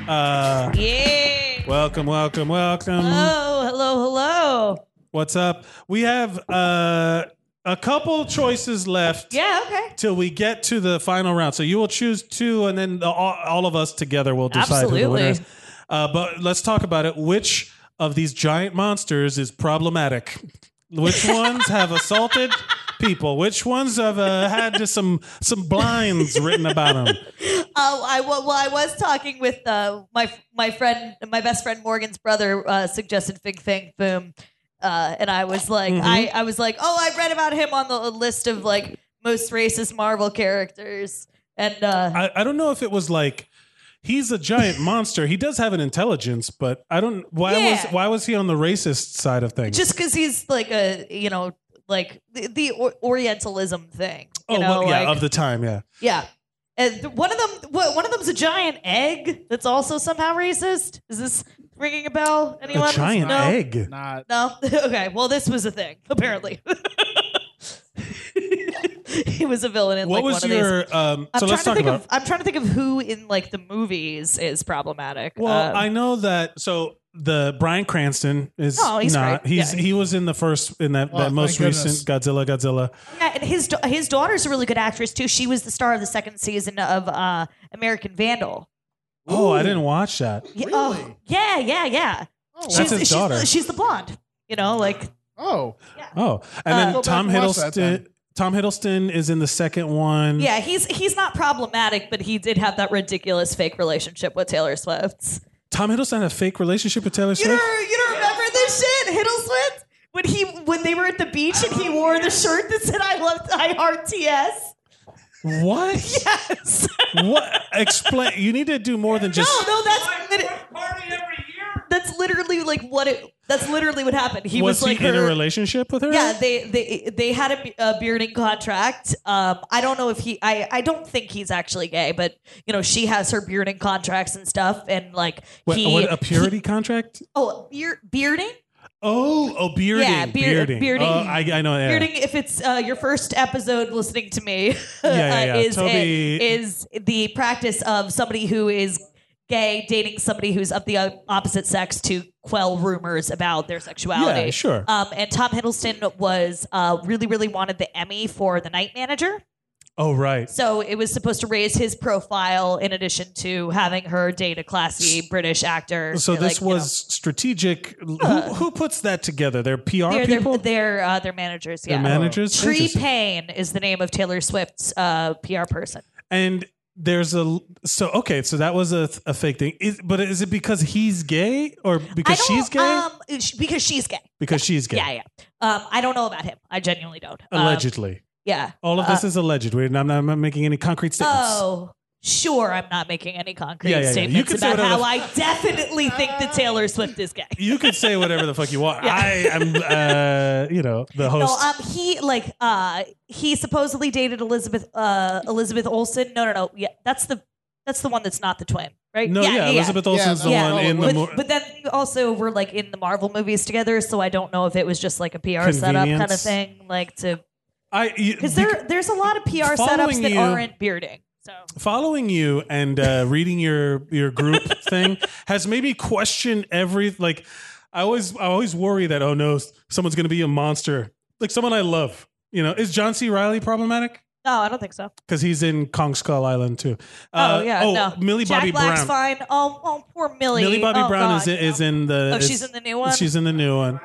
A: Uh,
J: Yeah.
A: Welcome, welcome, welcome.
J: Hello, hello, hello.
A: What's up? We have uh, a couple choices left.
J: Yeah, okay.
A: Till we get to the final round. So you will choose two, and then the, all, all of us together will decide who the winner is.
J: Absolutely.
A: Uh, but let's talk about it. Which of these giant monsters is problematic? Which ones have assaulted people? Which ones have uh, had some some blinds written about them?
J: Oh, I wa- well, I was talking with uh, my my friend, my best friend Morgan's brother uh, suggested Fig Fang Boom, uh, and I was like,
K: Mhm.
J: I, I was like, oh, I read about him on the list of like most racist Marvel characters, and uh,
A: I, I don't know if it was like he's a giant monster. He does have an intelligence, but I don't why was
J: Yeah.
A: why was he on the racist side of things?
J: just because he's like a you know like the, the or- Orientalism thing, you
A: oh
J: know,
A: well, yeah,
J: like,
A: of the time, yeah.
J: Yeah. And th- one of them, wha- one of them's a giant egg that's also somehow racist. Is this ringing a bell? Anyone?
A: giant
J: No?
A: egg?
I: Not.
J: No. okay. Well, this was a thing apparently. he was a villain in
A: What
J: like
A: was
J: one
A: your,
J: of these.
A: um,
J: I'm
A: so let's
J: trying to
A: talk
J: think
A: about-
J: Of, I'm trying to think of who in like the movies is problematic.
A: Well,
J: Um,
A: I know that so the Brian Cranston is
J: No, Oh, he's
A: not.
J: great.
A: He's
J: Yeah.
A: he was in the first in that,
J: Oh,
A: that
J: thank
A: most recent Godzilla Godzilla.
J: Yeah, and his da- his daughter's a really good actress too. She was the star of the second season of uh, American Vandal.
A: Oh, I didn't watch that.
J: Yeah, oh, yeah, yeah, yeah.
A: That's his daughter.
J: She's, she's the blonde. You know, like
I: oh,
A: Oh, and
J: Uh,
A: then
J: Go back
A: Tom
J: and watch that
A: Hiddleston. Tom Hiddleston is in the second one.
J: yeah. He's he's not problematic, but he did have that ridiculous fake relationship with Taylor Swift.
A: Tom Hiddleston had a fake relationship with Taylor
J: You
A: Swift.
J: don't you don't remember this shit, Hiddleston? When he when they were at the beach and he wore the shirt that said "I love I heart TS."
A: What? yes. What? Explain. You need to do more than just.
J: no, no, that's That's literally like what it. That's literally what happened. He was,
A: was,
J: like
A: he in a
J: her-
A: relationship with her?
J: Yeah, they they they had a, be- a bearding contract. Um, I don't know if he. I I don't think he's actually gay, but you know she has her bearding contracts and stuff, and like
A: What,
J: he.
A: what, a purity contract?
J: oh, beard, bearding.
A: Oh, oh, bearding.
J: Yeah, beard-
A: bearding.
J: bearding.
A: Oh, I, I know. Yeah.
J: Bearding. If it's uh, your first episode listening to me,
A: yeah, yeah.
J: uh, is
A: Toby-
J: is the practice of somebody who is gay dating somebody who's of the uh, opposite sex to quell rumors about their sexuality.
A: Yeah, sure.
J: Um, and Tom Hiddleston was uh, really, really wanted the Emmy for The Night Manager.
A: Oh, right.
J: So it was supposed to raise his profile in addition to having her date a classy British actor.
A: So
J: like,
A: this
J: you know, uh,
A: was strategic. who, who puts that together? Their PR
J: they're,
A: people.
J: They're, they're, uh, they're managers.
A: They're
J: Yeah.
A: managers?
J: Tree
A: Interesting.
J: Payne is the name of Taylor Swift's uh, PR person.
A: And there's a so okay. So that was a, a fake thing. Is, but is it because he's gay or because she's gay?
J: Um, it's- because she's gay.
A: because she's gay.
J: Yeah, yeah. Um, I don't know about him. I genuinely don't. Um,
A: Allegedly.
J: yeah.
A: All of this
J: Uh,
A: is alleged. We're, I'm, not, I'm not making any concrete statements.
J: Oh, sure. I'm not making any concrete
A: Yeah, yeah, yeah. You
J: statements
A: can say
J: about
A: whatever
J: how
A: the-
J: I definitely think that Taylor Swift is gay.
A: You could say whatever the fuck you want. I am, uh, you know, the host.
J: No, um, he like uh, he supposedly dated Elizabeth uh, Elizabeth Olsen. No, no, no. Yeah, that's the that's the one that's not the twin, right?
A: No, yeah, Elizabeth Olsen's the one in the
J: But,
A: mor-
J: but then they also were like in the Marvel movies together, so I don't know if it was just like a PR setup kind of
A: Convenience.
J: thing, like to
A: I
J: because there there's a lot of PR
A: Following
J: setups that
A: you-
J: aren't bearding.
A: Following you and uh, reading your your group thing has made me question every like. I always I always worry that oh no, someone's going to be a monster. Like someone I love. You know, is John C. Riley problematic?
J: No, Oh, I don't think so.
A: Because he's in Kong Skull Island too. Uh,
J: oh yeah, no.
A: Millie
J: Jack
A: Bobby
J: Black's
A: Brown.
J: fine. Oh, oh, poor Millie.
A: Millie Bobby
J: Oh,
A: Brown is
J: God.
A: is in the.
J: Oh,
A: is-
J: she's in the new one?
A: She's in the new one.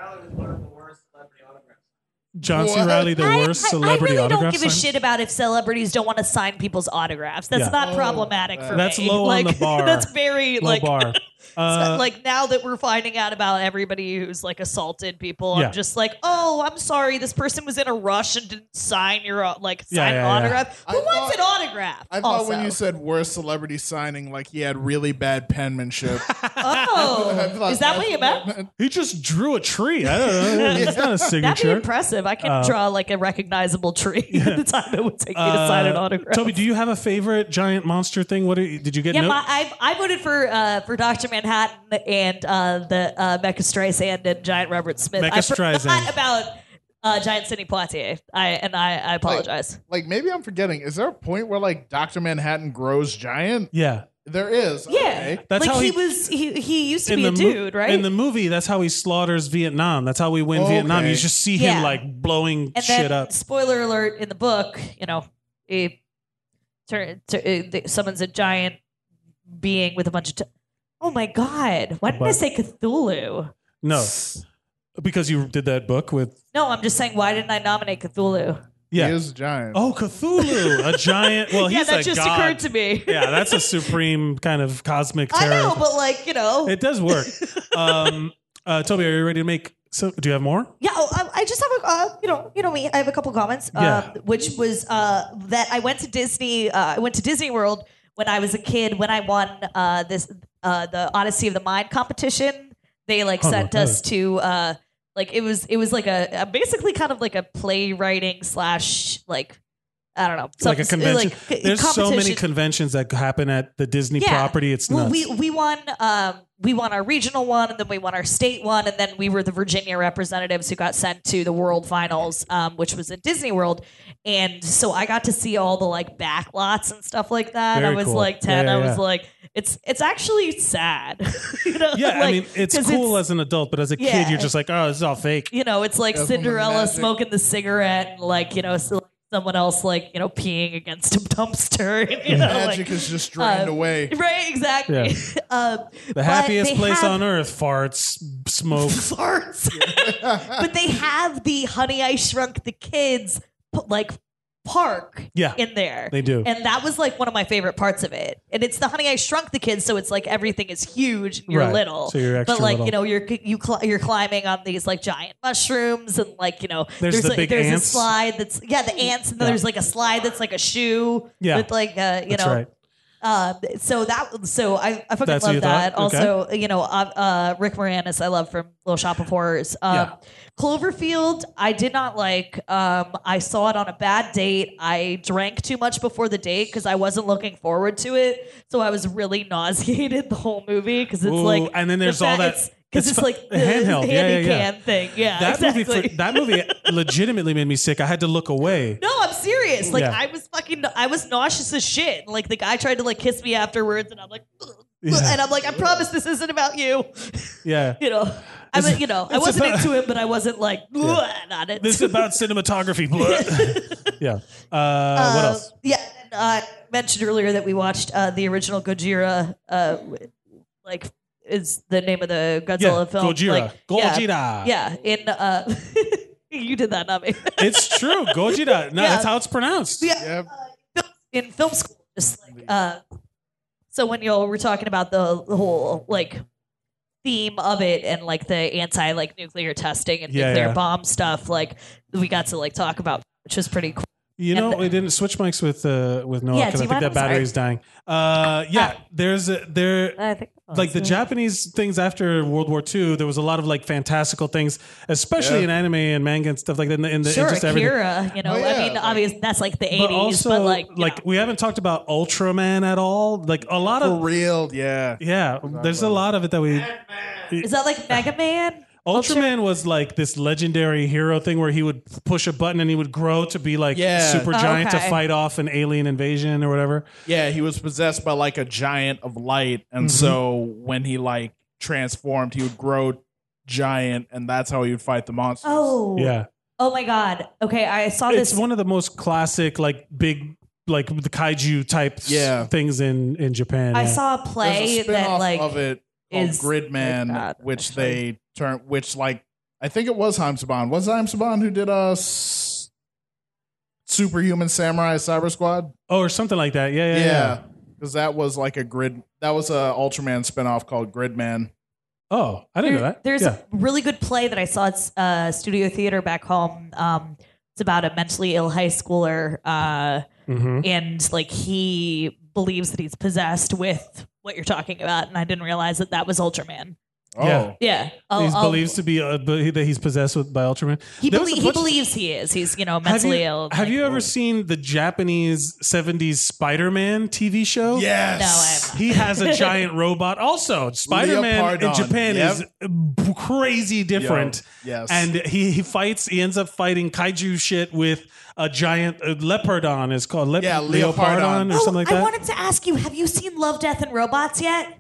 A: John C.
J: What?
A: Riley, the
J: I-
A: worst
J: I-
A: celebrity
J: I really
A: autograph
J: don't give a
A: signer?
J: shit about if celebrities don't want to sign people's autographs. That's
A: Yeah.
E: Oh,
J: not problematic for
A: That's
J: me.
A: low
J: like,
A: on the bar.
J: that's very
A: low
J: like
A: bar. Uh,
J: like now that we're finding out about everybody who's like assaulted people,
A: Yeah.
J: I'm just like, oh, I'm sorry, this person was in a rush and didn't sign your au- like
E: Yeah,
J: sign
E: yeah,
J: an
E: yeah.
J: autograph. Who wants an autograph?
E: I thought
J: also?
E: when you said worst celebrity signing, like he had really bad penmanship.
J: oh, is that what you meant?
A: he just drew a tree. I don't know. It's not a
J: That'd be
A: signature.
J: impressive. I can
A: Uh,
J: draw like a recognizable tree at the time it would take me to
A: Uh,
J: sign an autograph.
A: Toby, do you have a favorite giant monster thing? What are you, did you get?
J: yeah,
A: no-
J: my, I I voted for uh, for Doctor Manhattan and uh, the uh, Mecca Streisand and Giant Robert Smith.
A: Mecca
J: I
A: Streisand.
J: forgot about uh, Giant Sidney Poitier. I and I, I apologize.
E: like maybe I'm forgetting. Is there a point where like Doctor Manhattan grows giant?
A: yeah.
E: There is. Yeah. Okay.
A: That's
J: like
A: how
J: he,
A: he-
J: was. He he used to
A: In
J: be a
A: the mo-
J: dude, right?
A: In the movie, that's how he slaughters Vietnam. That's how we win
J: Okay.
A: Vietnam. You just see him
J: Yeah.
A: like blowing
J: and then,
A: shit up.
J: spoiler alert, in the book, you know, he turn, tur- uh, th- someone's a giant being with a bunch of. T- oh my god! Why did I
A: But-
J: say Cthulhu?
A: No, because you did that book with
J: No, I'm just saying. Why didn't I nominate Cthulhu?
A: yeah.
E: He is a giant.
A: Oh, Cthulhu, a giant. Well,
J: yeah,
A: he's
J: that
A: a
J: just
A: god.
J: occurred to me.
A: yeah, that's a supreme kind of cosmic terror.
J: I know, but like you know,
A: It does work. um, uh, Toby, are you ready to make? So, do you have more?
J: yeah. oh, I, I just have a uh, you know, you know me. I have a couple comments, um,
A: Yeah.
J: which was uh, that I went to Disney. Uh, I went to Disney World when I was a kid. When I won uh, this uh, the Odyssey of the Mind competition, they like
D: Oh,
J: sent
D: okay.
J: us to uh, like it was it was like a, a basically kind of like a playwriting slash like I don't know
A: like a
J: some-
A: convention.
J: like,
A: There's so many
J: competition.
A: conventions that happen at the Disney
J: Yeah.
A: property. It's
J: well,
A: nuts.
J: we we won um, we won our regional one, and then we won our state one, and then we were the Virginia representatives who got sent to the World Finals, um, which was at Disney World, and so I got to see all the like back lots and stuff like that.
A: Very
J: I was
A: cool.
J: like ten.
A: Yeah, yeah,
J: I was
A: yeah.
J: like, it's it's actually sad. you know?
A: yeah, I
J: like,
A: mean, it's
J: 'cause
A: cool as an adult, but as a kid,
J: Yeah.
A: you're just like, oh, this is all fake.
J: you know, it's like
A: That's when the
J: Cinderella
A: magic-
J: smoking the cigarette, and like you know, so someone else like you know peeing against a dumpster. You know,
E: Magic
J: like,
E: is just drained
J: uh,
E: away.
J: Right, exactly.
A: Yeah.
J: Um,
A: The
J: but
A: happiest
J: they
A: place
J: have-
A: on earth: farts, smoke.
J: farts. but they have the Honey I Shrunk the Kids p- like park
A: Yeah.
J: in there.
A: They do.
J: And that was like one of my favorite parts of it. And it's the Honey I Shrunk the Kids, so it's like everything is huge and you're
A: Right.
J: little.
A: So you're
J: but
A: extra
J: like, you
A: little.
J: know, you're you cl- you're climbing on these like giant mushrooms and like, you know,
A: There's the
J: like,
A: big
J: there's
A: ants.
J: a slide that's yeah, the ants and then
A: Yeah.
J: there's like a slide that's like a shoe
A: Yeah.
J: with like uh, you
A: That's
J: know
A: right.
J: uh, so that so I, I fucking
A: That's what you
J: love that.
A: thought? Okay.
J: Also, you know, uh, uh, Rick Moranis I love from Little Shop of Horrors. Um,
A: Yeah.
J: Cloverfield I did not like. Um, I saw it on a bad date. I drank too much before the date because I wasn't looking forward to it. So I was really nauseated the whole movie because it's
A: Ooh,
J: like
A: and then
J: the
A: there's all
J: fact-
A: that-
J: it's, because
A: it's
J: it's,
A: fu-
J: like the
A: handheld.
J: handy
A: Yeah, yeah, yeah.
J: can thing. Yeah,
A: that
J: exactly.
A: movie, fr- that movie legitimately made me sick. I had to look away.
J: No, I'm serious. Like
A: Yeah.
J: I was fucking, I was nauseous as shit. And, Like the guy tried to like kiss me afterwards, and I'm like, and I'm like, I promise this isn't about you.
A: Yeah.
J: You know, I mean, you know, I
A: it's
J: wasn't
A: about-
J: into him, but I wasn't like "Bleh," not it.
A: This is about cinematography. yeah. Uh, what
J: Uh,
A: else?
J: Yeah, and, uh, I mentioned earlier that we watched uh, the original Gojira. Uh, w- like, is the name of the
A: Yeah,
J: Godzilla film?
A: Gojira.
J: Like, yeah,
A: Gojira.
J: Yeah, in uh, you did that, not me.
A: It's true. Gojira. No,
J: Yeah.
A: that's how it's pronounced.
J: Yeah. uh, in film school, just like uh, so when y'all were talking about the, the whole like theme of it and like the anti like nuclear testing and
A: Yeah,
J: nuclear
A: yeah.
J: bomb stuff, like we got to like talk about, which was pretty cool.
A: You know, we didn't switch mics with uh, with Noah
J: Yeah,
A: because I
J: do you
A: think
J: mind?
A: that
J: I'm sorry.
A: battery's dying. Uh, yeah, there's a, there
J: Ah. Oh, I think
A: like the
J: Yeah.
A: Japanese things after World War II. There was a lot of like fantastical things, especially
J: Yeah.
A: in anime and manga and stuff like that. In the, in the in
J: sure,
A: just everything. Oh,
J: Akira. You know, I mean, obviously that's like the
A: But
J: eighties,
A: also,
J: but like
A: we haven't talked about Ultraman at all. Like a lot of
E: For real, yeah,
A: yeah. There's a lot of it that we.
J: is that like Mega Man?
A: Ultraman was like this legendary hero thing where he would push a button and he would grow to be like
E: Yeah.
A: super giant to
E: Okay.
A: fight off an alien invasion or whatever.
E: Yeah, he was possessed by like a giant of light, and
A: Mhm.
E: so when he like transformed, he would grow giant, and that's how he would fight the monsters.
J: Oh,
A: Yeah.
J: Oh my God. Okay, I saw
A: It's
J: this.
A: one of the most classic, like big, like the kaiju type
E: Yeah.
A: things in in Japan.
J: I
A: yeah.
J: saw a play
E: There's a
J: that
E: spin-off
J: like
E: of it called
J: is uh,
E: Gridman, which they turn, which like I think it was Heimsaban. Was it Heimsaban who did a s- Superhuman Samurai Cyber Squad?
A: Oh, or something like that. Yeah, yeah, yeah.
E: because that was like a grid. That was a Ultraman spinoff called Gridman.
A: Oh, I didn't know that.
J: There's a really good play that I saw at uh, Studio Theater back home. Um, it's about a mentally ill high schooler, uh,
A: Mhm.
J: and like he believes that he's possessed with what you're talking about, and I didn't realize that that was Ultraman.
E: Oh.
A: Yeah.
J: Yeah, I'll-
A: he
J: I'll-
A: believes to be uh, be- that he's possessed with by Ultraman.
J: he,
A: There was
J: belie-
A: a
J: he
A: bunch-
J: believes he is. He's you know
A: Have you,
J: mentally ill.
A: have you ever seen the Japanese '70s Spider-Man TV show?
E: Yes.
J: No, I
A: He has a giant robot. Also, Spider-Man in
E: Leopardon.
A: Japan
E: Yep.
A: is uh, b- crazy different.
E: Yo, yes.
A: and he, he fights. He ends up fighting kaiju shit with a giant uh, leopardon. Is called Lep-
E: Yeah,
A: leopardon.
E: Leopardon.
A: or
J: Oh,
A: something like that.
J: I wanted to ask you: Have you seen Love, Death, and Robots yet?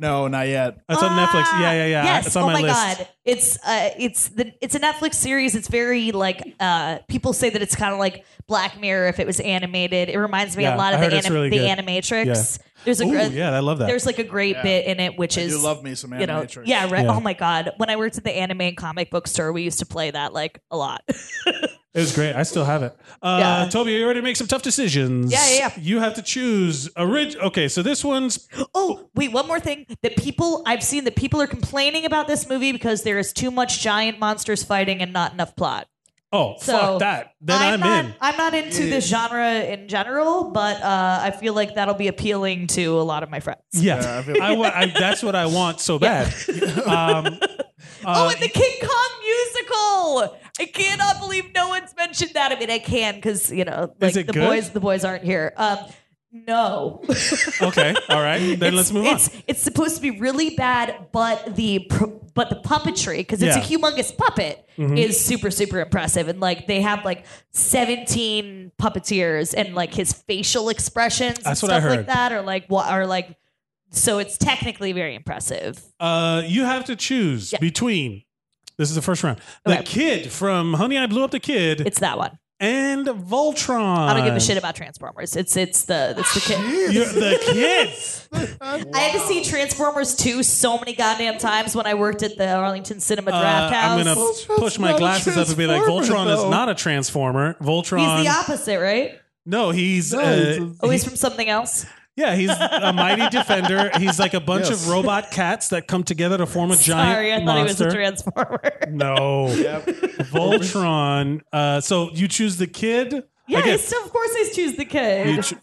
E: No, not yet.
A: That's on Netflix. Yeah, yeah, yeah.
J: Yes.
A: It's on
J: oh
A: my,
J: my,
A: list.
J: god. It's uh it's the it's a Netflix series. It's very like uh people say that it's kind of like Black Mirror if it was animated. It reminds me
A: Yeah,
J: a lot
A: I
J: of the
A: heard it's
J: anim-
A: really
J: the
A: good.
J: Animatrix.
A: Yeah.
J: There's a
A: Ooh,
J: great
A: yeah, I love that.
J: There's like a great
A: Yeah.
J: bit in it which
E: I do
J: is
E: love me some
J: you know,
E: Animatrix.
J: yeah, right.
A: Yeah.
J: Oh my god. When I worked at the anime and comic book store, we used to play that like a lot.
A: It was great. I still have it. Uh, Toby, you already make some tough decisions.
J: Yeah, yeah, yeah.
A: You have to choose a ridge. Okay, so this one's
J: Oh, wait, one more thing. The people I've seen that people are complaining about this movie because there is too much giant monsters fighting and not enough plot.
A: oh
J: So,
A: fuck that. Then I'm,
J: not,
A: in.
J: I'm not into this genre in general, but uh, I feel like that'll be appealing to a lot of my friends.
A: Yeah,
E: Yeah, I feel-
A: I wa- I- that's what I want so bad. Um,
J: oh,
A: uh,
J: and the King Kong musical! I cannot believe no one's mentioned that. I mean, I can because you know, like
A: it
J: the
A: good?
J: boys, the boys aren't here. Um, no,
A: okay, all right. Then let's move on.
J: it's it's supposed to be really bad, but the pr- but the puppetry because it's
A: Yeah.
J: a humongous puppet
A: Mhm.
J: is super super impressive, and like they have like seventeen puppeteers and like his facial expressions and
A: That's what
J: stuff
A: I heard.
J: like that, or like what are like so it's technically very impressive.
A: Uh, you have to choose between. This is the first round. The kid from Honey, I Blew Up the Kid.
J: It's that one.
A: and Voltron.
J: I don't give a shit about Transformers. It's it's the it's the kids.
A: You're the kids.
J: I had to see Transformers 2 so many goddamn times when I worked at the Arlington Cinema Draft
A: Uh,
J: House.
A: I'm gonna push my glasses up and be like, Voltron is not a transformer. Voltron.
J: He's the opposite, right?
A: No, he's
J: No,
A: uh,
J: it's a- Oh, he's from something else.
A: Yeah, he's a mighty defender. He's like a bunch
J: Yes.
A: of robot cats that come together to form a giant
J: Sorry, I thought he
A: monster.
J: was a transformer.
A: no, Voltron. Uh, so you choose the kid.
J: Yeah,
A: Again,
J: so of course I choose the
A: You
J: kid.
A: ch-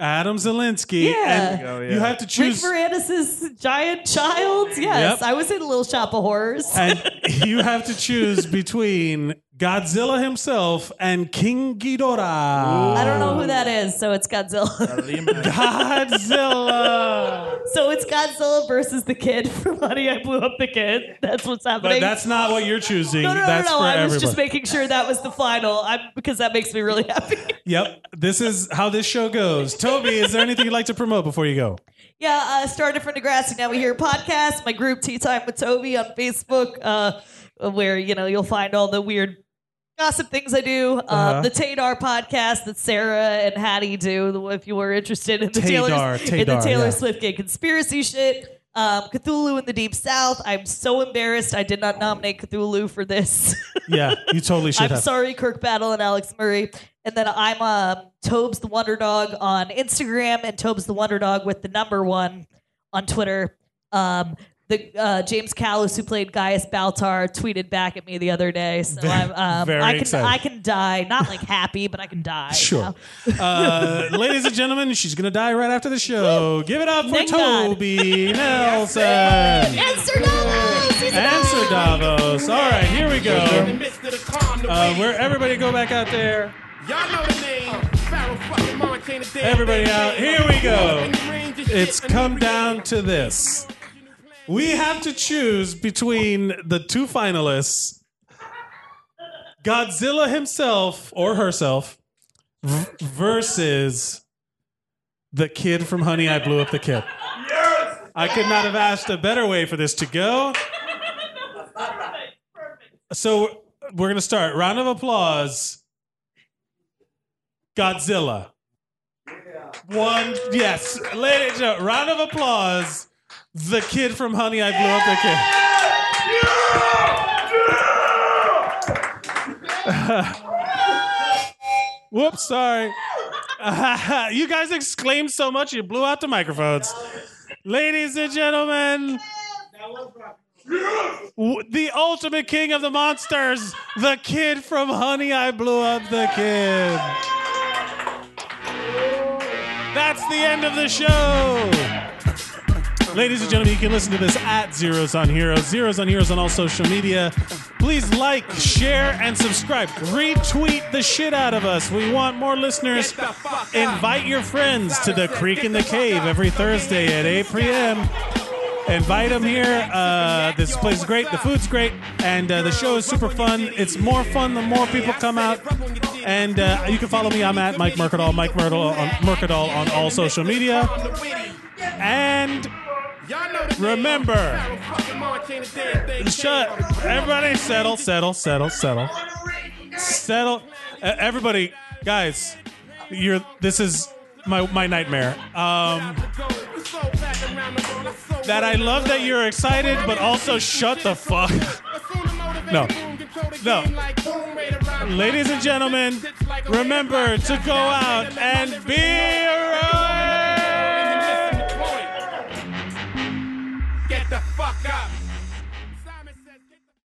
A: Adam Zelinsky.
J: Yeah.
A: and you have to choose.
J: Rick Moranis' giant child. Yes,
A: Yep.
J: I was in Little Shop of Horrors.
A: and you have to choose between Godzilla himself and King Ghidorah.
J: I don't know who that is, so it's Godzilla.
A: Godzilla.
J: so it's Godzilla versus the kid from Honey, I Blew Up the Kid. That's what's happening.
A: But that's not what you're choosing.
J: No, no, no,
A: that's
J: no, no.
A: for
J: I was
A: everybody.
J: just making sure that was the final I'm, because that makes me really happy.
A: Yep. This is how this show goes. Toby, is there anything you'd like to promote before you go?
J: Yeah, uh, started from Degrassi. Now we hear podcast. My group Tea Time with Toby on Facebook, uh, where you know you'll find all the weird gossip things I do. Uh,
D: Uh-huh.
J: The Tadar podcast that Sarah and Hattie do. the- If you were interested in the Taylor
D: Tadar,
J: in the
D: Tadar,
J: Taylor
D: yeah.
J: Swift gay conspiracy shit. Um, Cthulhu in the Deep South. I'm so embarrassed. I did not nominate Cthulhu for this.
A: Yeah, you totally should
J: I'm
A: have.
J: sorry, Kirk Battle and Alex Murray. And then I'm uh, Tobes the Wonder Dog on Instagram and Tobes the Wonder Dog with the number one on Twitter. Um, the uh, James Callis, who played Gaius Baltar, tweeted back at me the other day. So I'm, um,
A: very
J: I can
A: excited.
J: I can die, not like happy, but I can die.
A: Sure. Uh, ladies and gentlemen, she's going to die right after the show. Give it up for
J: Thank God.
A: Toby Nelson. Answer
J: Answer Davos. He's
A: Davos. All right, here we
D: In the
A: go.
D: midst of the calm, the
A: Uh,
D: rain.
A: where everybody go back out there.
D: Y'all know the name. Pharaoh fucking Montana Dale.
A: Everybody out. Here we go.
D: In the range of shit,
A: It's
D: a
A: come down to this. We have to choose between the two finalists Godzilla himself or herself v- versus the kid from Honey, I Blew Up the Kid. I could not have asked a better way for this to go. So we're going to start. Round of applause. Godzilla. One, yes. Ladies and gentlemen, round of applause. The kid from Honey, I Blew Up the Kid. Whoops, sorry. you guys exclaimed so much, you blew out the microphones. Ladies and gentlemen, w- the ultimate king of the monsters, the kid from Honey, I Blew Up the Kid. That's the end of the show. Ladies and gentlemen, you can listen to this at Zeros on Heroes, Zeros on Heroes on all social media. Please like, share, and subscribe. Retweet the shit out of us. We want more listeners. Invite your friends to the Creek in the Cave every Thursday at 8 p.m. Invite them here. Uh, this place is great. The food's great, and uh, the show is super fun. It's more fun the more people come out. And uh, you can follow me. I'm at Mike Mercadal. Mike Mercadal on Mercadal on all social media. And remember, shut. Everybody, settle, settle, settle, settle, settle. Uh, everybody, guys, you're. This is my my nightmare. Um, that I love that you're excited, but also shut the fuck. No, no. Ladies and gentlemen, remember to go out and be a